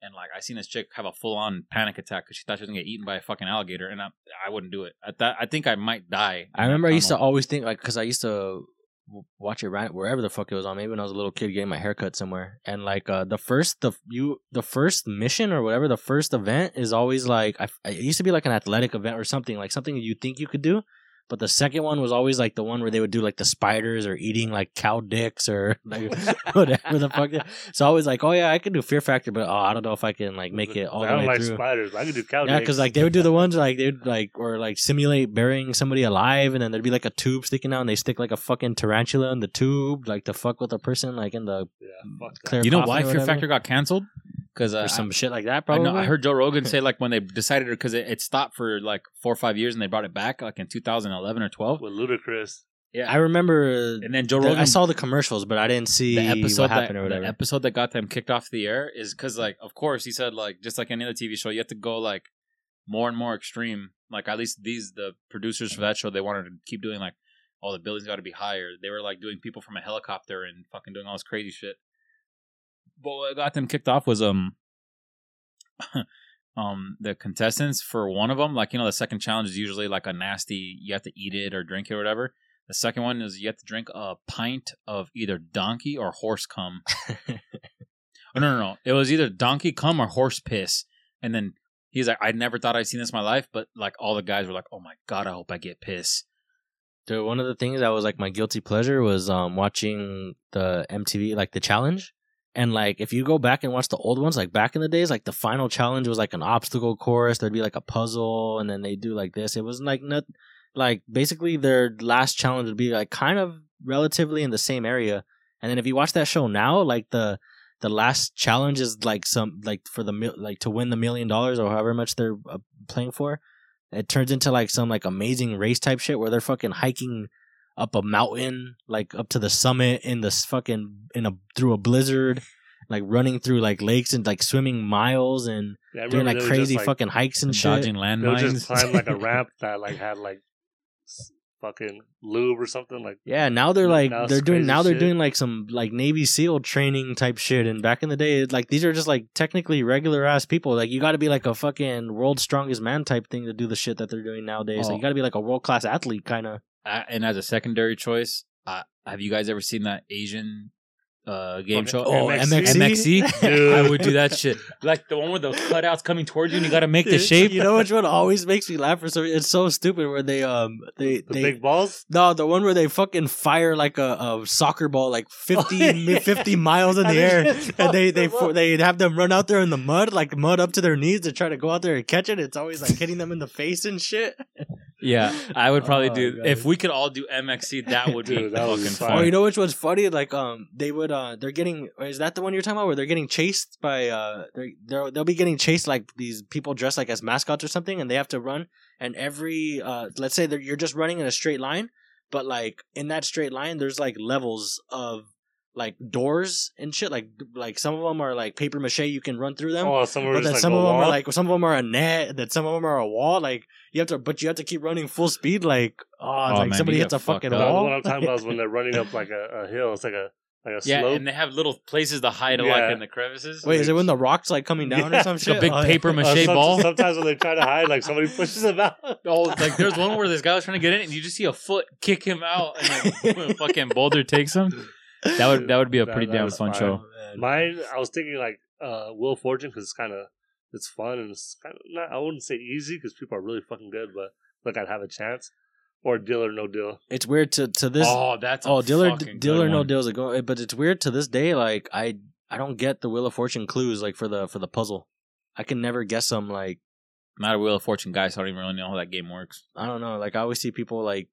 and like I seen this chick have a full on panic attack because she thought she was gonna get eaten by a fucking alligator, and I I wouldn't do it. I thought I think I might die. I remember I used to tunnel. always think like because I used to w- watch it right wherever the fuck it was on. Maybe when I was a little kid getting my haircut somewhere, and like uh, the first the f- you the first mission or whatever the first event is always like I, f- it used to be like an athletic event or something like something you think you could do. But the second one was always like the one where they would do like the spiders or eating like cow dicks or [laughs] like whatever the fuck. they- So I was like, oh yeah, I could do Fear Factor, but oh, I don't know if I can like make it all I the don't way like through. spiders. I can do Oh, cow Yeah, dicks. because like they would do the ones like they'd like or like simulate burying somebody alive, and then there'd be like a tube sticking out, and they stick like a fucking tarantula in the tube, like to fuck with a person, like in the yeah, fuck that. clear. You know coffin why or Fear whatever, Factor got canceled? Because uh, or some shit like that. I, I Probably. know- I heard [laughs] Joe Rogan say like when they decided because it, it stopped for like four or five years and they brought it back like in 2011 or 12. with ludicrous. I remember. And then Joe the- Rogan, I saw the commercials, but I didn't see the episode what happened that or whatever. the episode that got them kicked off the air is because like of course he said like just like any other TV show you have to go like more and more extreme. Like at least these the producers for that show they wanted to keep doing like oh the building's got to be higher. They were like doing people from a helicopter and fucking doing all this crazy shit. But what got them kicked off was um [laughs] um the contestants for one of them like you know the second challenge is usually like a nasty you have to eat it or drink it or whatever the second one is you have to drink a pint of either donkey or horse cum [laughs] oh, no no no it was either donkey cum or horse piss and then he's like i never thought i'd seen this in my life but like all the guys were like oh my god i hope i get piss Dude, one of the things that was like my guilty pleasure was um watching the MTV like the challenge. And like if you go back and watch the old ones, like back in the days, like the final challenge was like an obstacle course. There'd be like a puzzle and then they do like this. It was like not like basically their last challenge would be like kind of relatively in the same area. And then if you watch that show now, like the the last challenge is like some like for the mil- like to win the million dollars or however much they're uh, playing for. It turns into like some like amazing race type shit where they're fucking hiking up a mountain, like up to the summit in this fucking in a through a blizzard, like running through like lakes and like swimming miles and Yeah, I doing remember like they would crazy just, like, fucking hikes and shit. dodging They would just landmines climb [laughs] like a ramp that like had like s- fucking lube or something. Like Yeah, now they're Yeah, like now it's they're doing crazy now they're shit. doing like some like Navy SEAL training type shit. And back in the day, it, like these are just like technically regular ass people. Like you got to be like a fucking world's strongest man type thing to do the shit that they're doing nowadays. Oh. Like you got to be like a world class athlete kind of. I, and as a secondary choice uh, have you guys ever seen that asian uh, game Okay. show Oh, MXC? MXC? I would do that shit. Like the one with the cutouts coming towards you and you gotta make the Dude, shape. You know which one always makes me laugh for some It's so stupid where they um they the they big balls. no the one where they fucking fire like a, a soccer ball [laughs] like 50, Oh, yeah. 50 miles in I the air [laughs] [laughs] just- and they they for, they have them run out there in the mud like mud up to their knees to try to go out there and catch it. It's always like hitting them in the face and shit. Yeah, I would probably Oh, do. God. If we could all do [laughs] MXC, that would be Dude, that would be fucking fun. fun. Oh, you know which one's funny? Like, um, they would, uh, they're getting. Is that the one you're talking about? Where they're getting chased by, uh, they're, they're they'll be getting chased like these people dressed like as mascots or something, and they have to run. And every, uh, let's say that you're just running in a straight line, but like in that straight line, there's like levels of like doors and shit. Like, like some of them are like paper mache. You can run through them Oh, some were but just then like some a of them wall. are like some of them are a net, and then some of them are a wall. Like you have to, but you have to keep running full speed. Like oh, it's Oh, like man, somebody you hits get a fucking fucked No, up. wall. What I'm talking [laughs] about is when they're running up like a, a hill. It's like a like a yeah, slope. and they have little places to hide, Yeah. like in the crevices. Wait, is it when the rock's like coming down Yeah, or some It's shit? a big Oh, yeah. paper Uh, mache some- ball. Sometimes when they try to hide, like [laughs] somebody pushes them out. Oh, [laughs] like there's one where this guy was trying to get in, and you just see a foot kick him out, and [laughs] then fucking boulder takes him. That would that would be a That- pretty that damn was fun fire. show. Mine, I was thinking like uh, Will Fortune because it's kind of it's fun and it's kind of not. I wouldn't say easy because people are really fucking good, but like I'd have a chance. Or deal or no deal. It's weird to to this. Oh, oh, that's a dealer fucking dealer good no one. deals ago, but it's weird to this day. Like I I don't get the Wheel of Fortune clues like for the for the puzzle. I can never guess them. Like I'm not a Wheel of Fortune guy, so I don't even really know how that game works. I don't know. Like I always see people like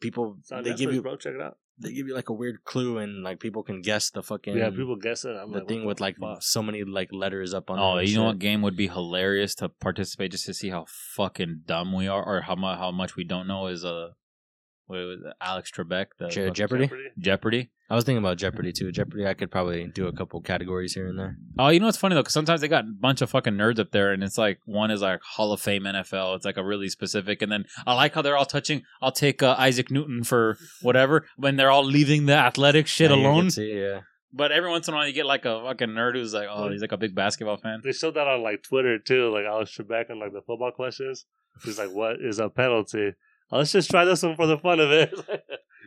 people It's on they Netflix, give you bro. Check it out. they give you like a weird clue and like people can guess the fucking yeah, people guess it. I'm the like, thing with like fuck? so many like letters up on. Oh, there you and know shit. what game would be hilarious to participate just to see how fucking dumb we are, or how mu- how much we don't know is uh, what was it, Alex Trebek, the Je- fucking- Jeopardy? Jeopardy. I was thinking about Jeopardy too. Jeopardy, I could probably do a couple categories here and there. Oh, you know what's funny though? 'Cause sometimes they got a bunch of fucking nerds up there, and it's like one is like Hall of Fame NFL. It's like a really specific, and then I like how they're all touching. I'll take uh, Isaac Newton for whatever when they're all leaving the athletic shit Yeah, you alone. could see, yeah. But every once in a while, you get like a fucking nerd who's like, oh, he's like a big basketball fan. They showed that on like Twitter too, like Alex Trebek on like the football questions. He's like, "What is a penalty?" Oh, let's just try this one for the fun of it. [laughs]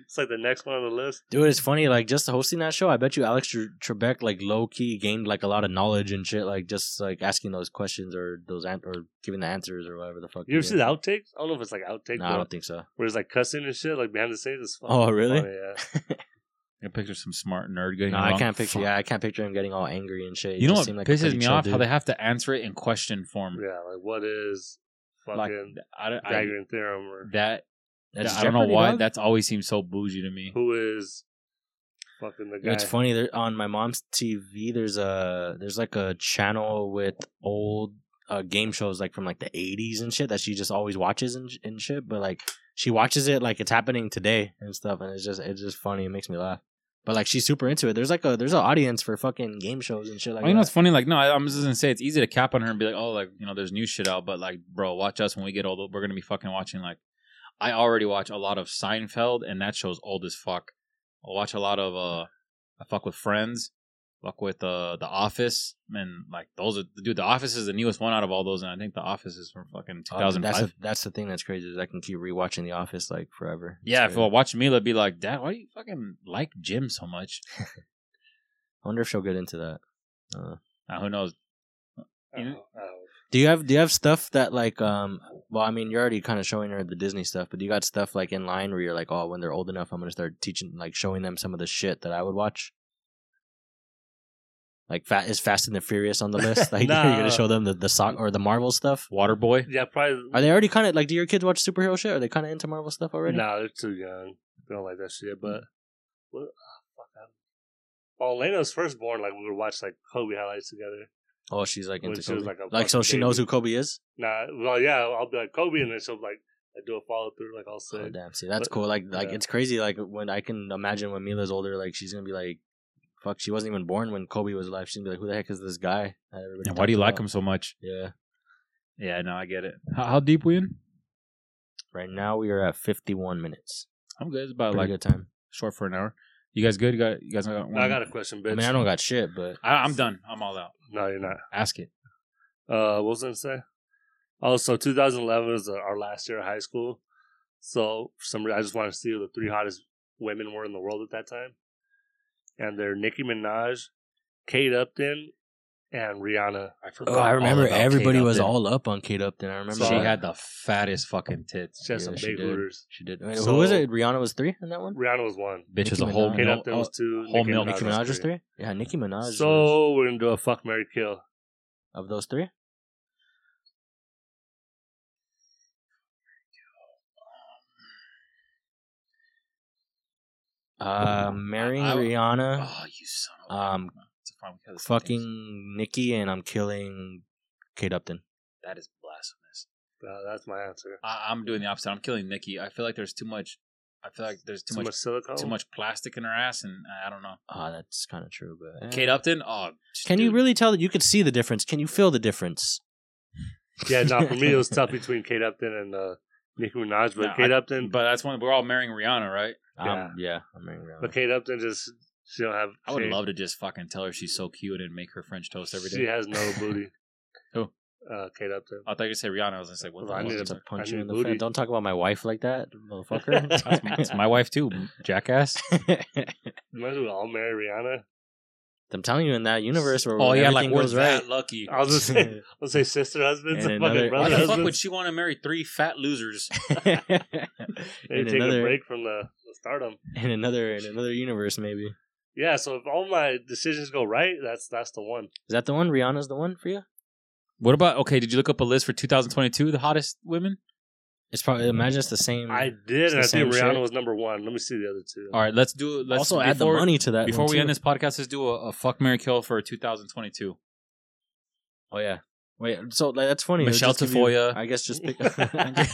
it's like the next one on the list. Dude, it's funny. Like just hosting that show, I bet you Alex Tre- Trebek like low key gained like a lot of knowledge and shit. Like just like asking those questions or those an- or giving the answers or whatever the fuck. You ever he see the did. outtakes? I don't know if it's like outtake, No, I but don't think so. where it's like cussing and shit, like behind the scenes. It's fucking Oh, really? funny, yeah. [laughs] I picture some smart nerd getting No, it I wrong. can't picture. Fuck. Yeah, I can't picture him getting all angry and shit. He You know just what seemed like a pisses pretty me chill off? How dude. they have to answer it in question form. Yeah, like what is like fucking I don't. I, Pythagorean theorem [laughs] or that That's I don't know Jeopardy, why dog? that's always seems so bougie to me. who is fucking the Dude, guy? It's funny. There, on my mom's TV, there's a there's like a channel with old uh, game shows like from like the '80s and shit that she just always watches and, and shit. But like she watches it like it's happening today and stuff, and it's just it's just funny. It makes me laugh. But like she's super into it. There's like a there's an audience for fucking game shows and shit like Well, you know, it's that. funny. Like, no, I, I'm just gonna say it's easy to cap on her and be like, oh, like you know, there's new shit out, but like, bro, watch us when we get old. We're gonna be fucking watching. Like, I already watch a lot of Seinfeld, and that show's old as fuck. I watch a lot of uh, I fuck with Friends, fuck with uh, The Office, and like those are dude. The Office is the newest one out of all those, and I think The Office is from fucking Oh, dude, that's 2005. the, that's the thing that's crazy is I can keep rewatching The Office like forever. It's yeah, weird. if I watch Mila, be like, Dad, why do you fucking like Jim so much? I wonder if she'll get into that. Now, who knows? Oh, oh. Do you have do you have stuff that like um well I mean you're already kind of showing her the Disney stuff but do you got stuff like in line where you're like oh when they're old enough I'm gonna start teaching like showing them some of the shit that I would watch like fa- is Fast and the Furious on the [laughs] list like [laughs] Nah. you're gonna show them the the sock or the Marvel stuff Waterboy. Yeah, probably. are they already kind of like do your kids watch superhero shit are they kind of into Marvel stuff already No, they're too young. They don't like that Hmm. shit. But what? ah, fuck. I don't- Well, Elena's firstborn, like we would watch like Kobe highlights together. oh she's like When into she was Kobe like, like a so fucking she knows baby. who Kobe is Nah, well, yeah, I'll be like Kobe, and then she'll like I do a follow through, like I'll say, oh damn see that's But- cool like like yeah. it's crazy like when I can imagine when Mila's older like she's gonna be like fuck, she wasn't even born when Kobe was alive. She'd be like, who the heck is this guy? that everybody And why do you talked like about?" him so much? Yeah. Yeah, no, I get it. How, how deep we in? Right now we are at 51 minutes. I'm good. It's about Pretty Uh, like good time. short for an hour. You guys good? You got you guys got one? I got a question, bitch. I mean, I don't got shit, but I, I'm done. I'm all out. No, you're not. Ask it. uh, what was I gonna say? Oh, so 2011 was our last year of high school. So for some reason, I just wanted to see who the three hottest women were in the world at that time, and they're Nicki Minaj, Kate Upton, and Rihanna. I oh, I remember all about everybody Kate was Upton. all up on Kate Upton. I remember So she that. had the fattest fucking tits. She had Yeah, some she big did. hooters. She did. I mean, So- who was it? Rihanna was three in that one. Rihanna was one. Bitch was a Nicki whole Minaj. Kate mil- Upton was two. whole milk. oh, Nicki Minaj was three. Yeah, Nicki Minaj. was- So we're gonna do a fuck Mary kill. of those three, uh, marrying I- I- Rihanna, Oh, you son of a- um, It's fine, we got this thing. fucking Nikki, and I'm killing Kate Upton. That is blasphemous. Uh, that's my answer. I, I'm doing the opposite. I'm killing Nikki. I feel like there's too much. I feel like there's too, Too much, much, silicone. too much plastic in her ass, and I, I don't know. Ah, that's kind of true, but eh. Kate Upton. Oh, Can you dude. really tell that you could see the difference? Can you feel the difference? [laughs] Yeah, no, for [laughs] me it was tough between Kate Upton and uh, Nicki Minaj, but No, Kate I- Upton. But that's one. We're all marrying Rihanna, right? Um, yeah, I'm marrying Rihanna. But Kate Upton just she don't have. I would she, love to just fucking tell her she's so cute and make her French toast every day. She has [laughs] no booty. Who? Uh, Kate Upton. I thought you said Rihanna. I was gonna say what the I fuck need is a- that? to punch I you need in the booty. face. Don't talk about my wife like that, [laughs] motherfucker. [laughs] That's my, that's my wife too, jackass. [laughs] Might as well all marry Rihanna. I'm telling you, in that universe where Oh yeah, like everything we're goes that right. [laughs] lucky. Oh, I was gonna [laughs] [laughs] say, let's say sister husbands And and, fucking another- Why brother the fuck husbands. would she want to marry three fat losers? Maybe in take a another, break from the, the stardom. in another, in another universe, maybe. Is Yeah, so if all my decisions go right, that's that's the one. that the one? Rihanna's the one for you? What about okay? Did you look up a list for 2022, the hottest women? It's probably imagine it's the Mm. same. I did, and I It's the same think Rihanna shit. was number one. Let me see the other two. All right, let's do. Let's also add the before- money to that Before one, we too. end this podcast, let's do a, a fuck Mary Kill for 2022. Oh yeah. Wait, so like, that's funny. It'll Michelle just give you- [laughs] Tafoya. I guess just [laughs] pick.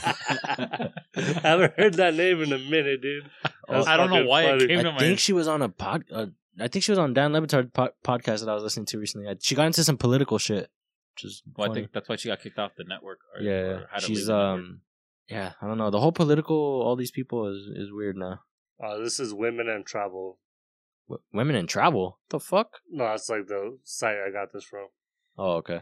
I [laughs] haven't heard that name in a minute, dude. That's I don't know fucking why it funny. came to I my. think she was on a pod. Uh, I think she was on Dan Levitard po- podcast that I was listening to recently. I, she got into some political shit, which is well, Oh, I funny. think that's why she got kicked off the network. or- yeah, or had to leave she's the network. um, yeah, I don't know. The whole political, all these people is is weird now. Oh, this is women and travel. W- women in travel? The fuck? No, that's like the site I got this from. Oh, okay.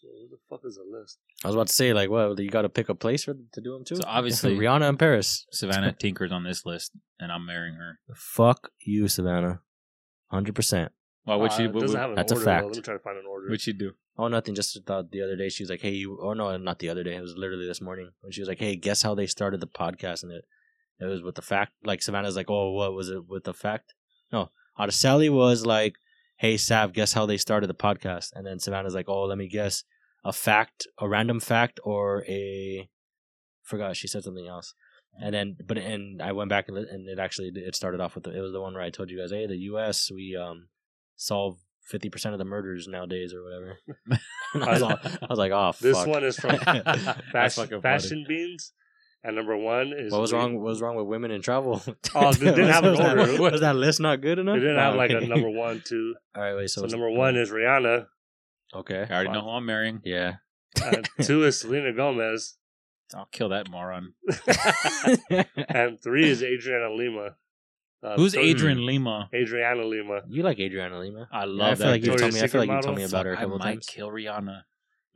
So who the fuck is a list? I was about to say like, what? You got to pick a place for to do them too. So [laughs] obviously- Rihanna and Paris. [laughs] Savannah Tinker's on this list, and I'm marrying her. Fuck you, Savannah. Hundred percent. Well, what Uh, she it doesn't have what an that's a order. fact. Though. Let me try to find an order. would she do? Oh, nothing. Just thought the other day she was like, "Hey, you." Or no, not the other day. It was literally this morning when she was like, "Hey, guess how they started the podcast?" And it, it was with the fact. Like Savannah's like, "Oh, what was it with the fact?" No, Araceli was like, "Hey, Sav, guess how they started the podcast?" And then Savannah's like, "Oh, let me guess, a fact, a random fact, or a." Forgot she said something else. And then, but and I went back and, li- and it actually it started off with the, it was the one where I told you guys, hey, the U.S. we um solve fifty percent of the murders nowadays or whatever. [laughs] And I, was all, I was like, oh, This fuck. one is [laughs] from [laughs] That's Fashion, fucking funny. fashion beans, and number one is What was weed. wrong? What was wrong with women in travel? [laughs] [laughs] Oh, they didn't have an Was that- order. Was that list not good enough? They didn't have No, like a Oh, okay. number one, two. [laughs] All right, wait. So, So it's- uh, number one is Rihanna. [laughs] okay. I already know who I'm marrying. Yeah. Uh, two is Selena Gomez, [laughs] I'll kill that moron. [laughs] and three is Adriana Lima. Uh, Who's third- Adrian Lima? Adriana Lima. you like Adriana Lima? I I love feel that. like you bitch. told Victoria's me. I feel like Secret you told model? me about her a I couple might times. kill Rihanna.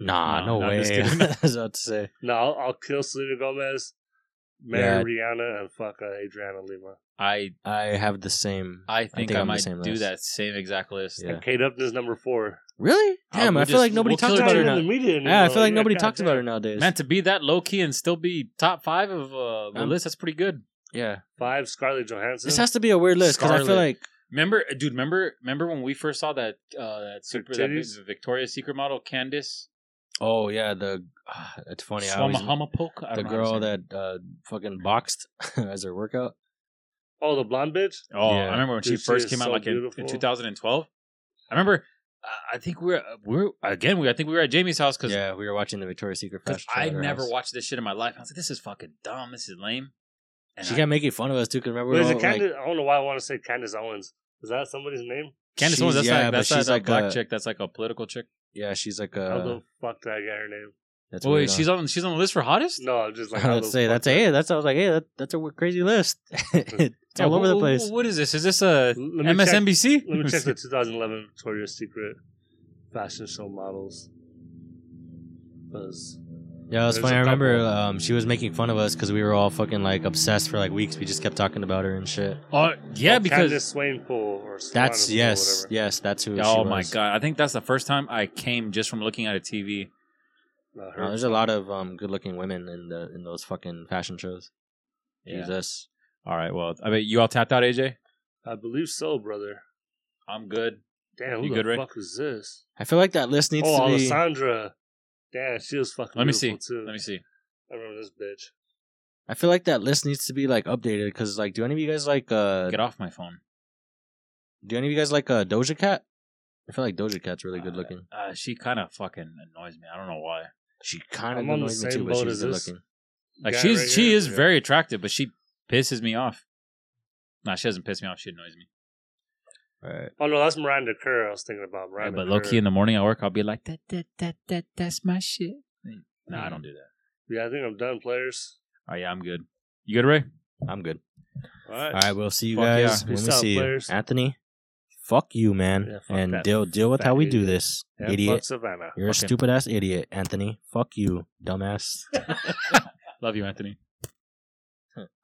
Nah, No, no, I'm way. just [laughs] kidding. I was about to say. No, I'll, I'll kill Selena Gomez, marry Rihanna, and fuck uh, Adriana Lima. I I have the same. I think I, I'm the might do same list. that same exact list. Yeah. Kate Upton's number four. Really? I'll- Damn, we'll I just- feel like nobody we'll talks kill She's about not her even her now. in the media anymore. Yeah, I feel like nobody God talks damn. about [laughs] her nowadays. Man, to be that low key and still be top five of uh, the Um, list, that's pretty good. yeah, Five, Scarlett Johansson. this has to be a weird list because I feel Scarlet. like Remember, uh, dude. Remember, remember when we first saw that uh, that super that titties? Vi- Victoria's Secret model Candice oh yeah, the [sighs] ah, it's funny. I always, Swamahumapoke, I the don't know how to say girl it. that uh, fucking boxed [laughs] as her workout. oh, the blonde bitch? Oh, Yeah. I remember when she Dude, she first is came out, so like in, beautiful. in 2012. I remember. Uh, I think we we're we we're again. We I think we were at Jamie's house because Yeah, we were watching the Victoria's Secret. fashion show I at her never house. watched this shit in my life. I was like, this is fucking dumb. This is lame. And She I- kept making fun of us too. Cause remember, Wait, we is were it all, like, Candace? I don't know why I want to say Candace Owens. Is that somebody's name? Candace she's- Owens, that's yeah, like but that's she's like like a black a- chick. That's like a political chick. yeah, she's like How the uh fuck did I get her name? That's Wait, weird, she's huh? on she's on the list for hottest. No, I'm [laughs] just [laughs] like. I how would the say fuck that's a did I- hey. That's I was like hey. That, that's a w- crazy list. [laughs] it's Yeah, all wh- over the wh- place. [laughs] What is this? uh, Is this a Let me check- MSNBC? Let me check the 2011 Victoria's Secret fashion show models. 'Cause- Yeah, it's There's funny. a I remember couple. um, she was making fun of us because we were all fucking like obsessed for like weeks. We just kept talking about her and shit. [laughs] Oh, yeah, Oh, because Candace Swainpool or That's Swanepoel or yes, whatever. yes, that's who. oh she my was. god, I think that's the first time I came just from looking at a TV. Not her. Uh, there's a lot of um, good-looking women in the in those fucking fashion shows. Yeah. Jesus, All right, well, I mean, you all tapped out, AJ. I believe so, brother. I'm good. Damn, who You the good, Ray? fuck is this? I feel like that list needs oh, to be. Alessandra. Damn, she was fucking. Let me see. beautiful Too. Let me see. I remember this bitch. I feel like that list needs to be like updated because like, do any of you guys like uh, Get off my phone. do any of you guys like uh, Doja Cat? I feel like Doja Cat's really good-looking. Uh, she kind of fucking annoys me. I don't know why. She kind of I'm on the annoys me same too, but boat she's as this. good-looking. Like Guy she's right she here? is Yeah. very attractive, but she pisses me off. Nah, she doesn't piss me off. She annoys me. Right. Oh no, that's Miranda Kerr. I was thinking about Yeah, Miranda. but low Kerr. key in the morning at work, I'll be like that that that that that's my shit. Mm. No, I don't do that. Yeah, I think I'm done, players. Oh yeah, I'm good. You good, [laughs] Ray? [laughs] I'm good. All right. All right, we'll see you Fuck yeah. guys when Peace we out, see players. you. Anthony, fuck you, man, Yeah, fuck and that deal deal with fat how we do idiot. this, And Fuck idiot. Savannah. You're a Fuck him. stupid ass idiot, Anthony. Fuck you, dumbass. Love you, Anthony.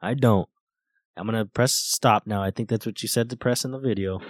I don't. I'm gonna press stop now. I think that's what you said to press in the video.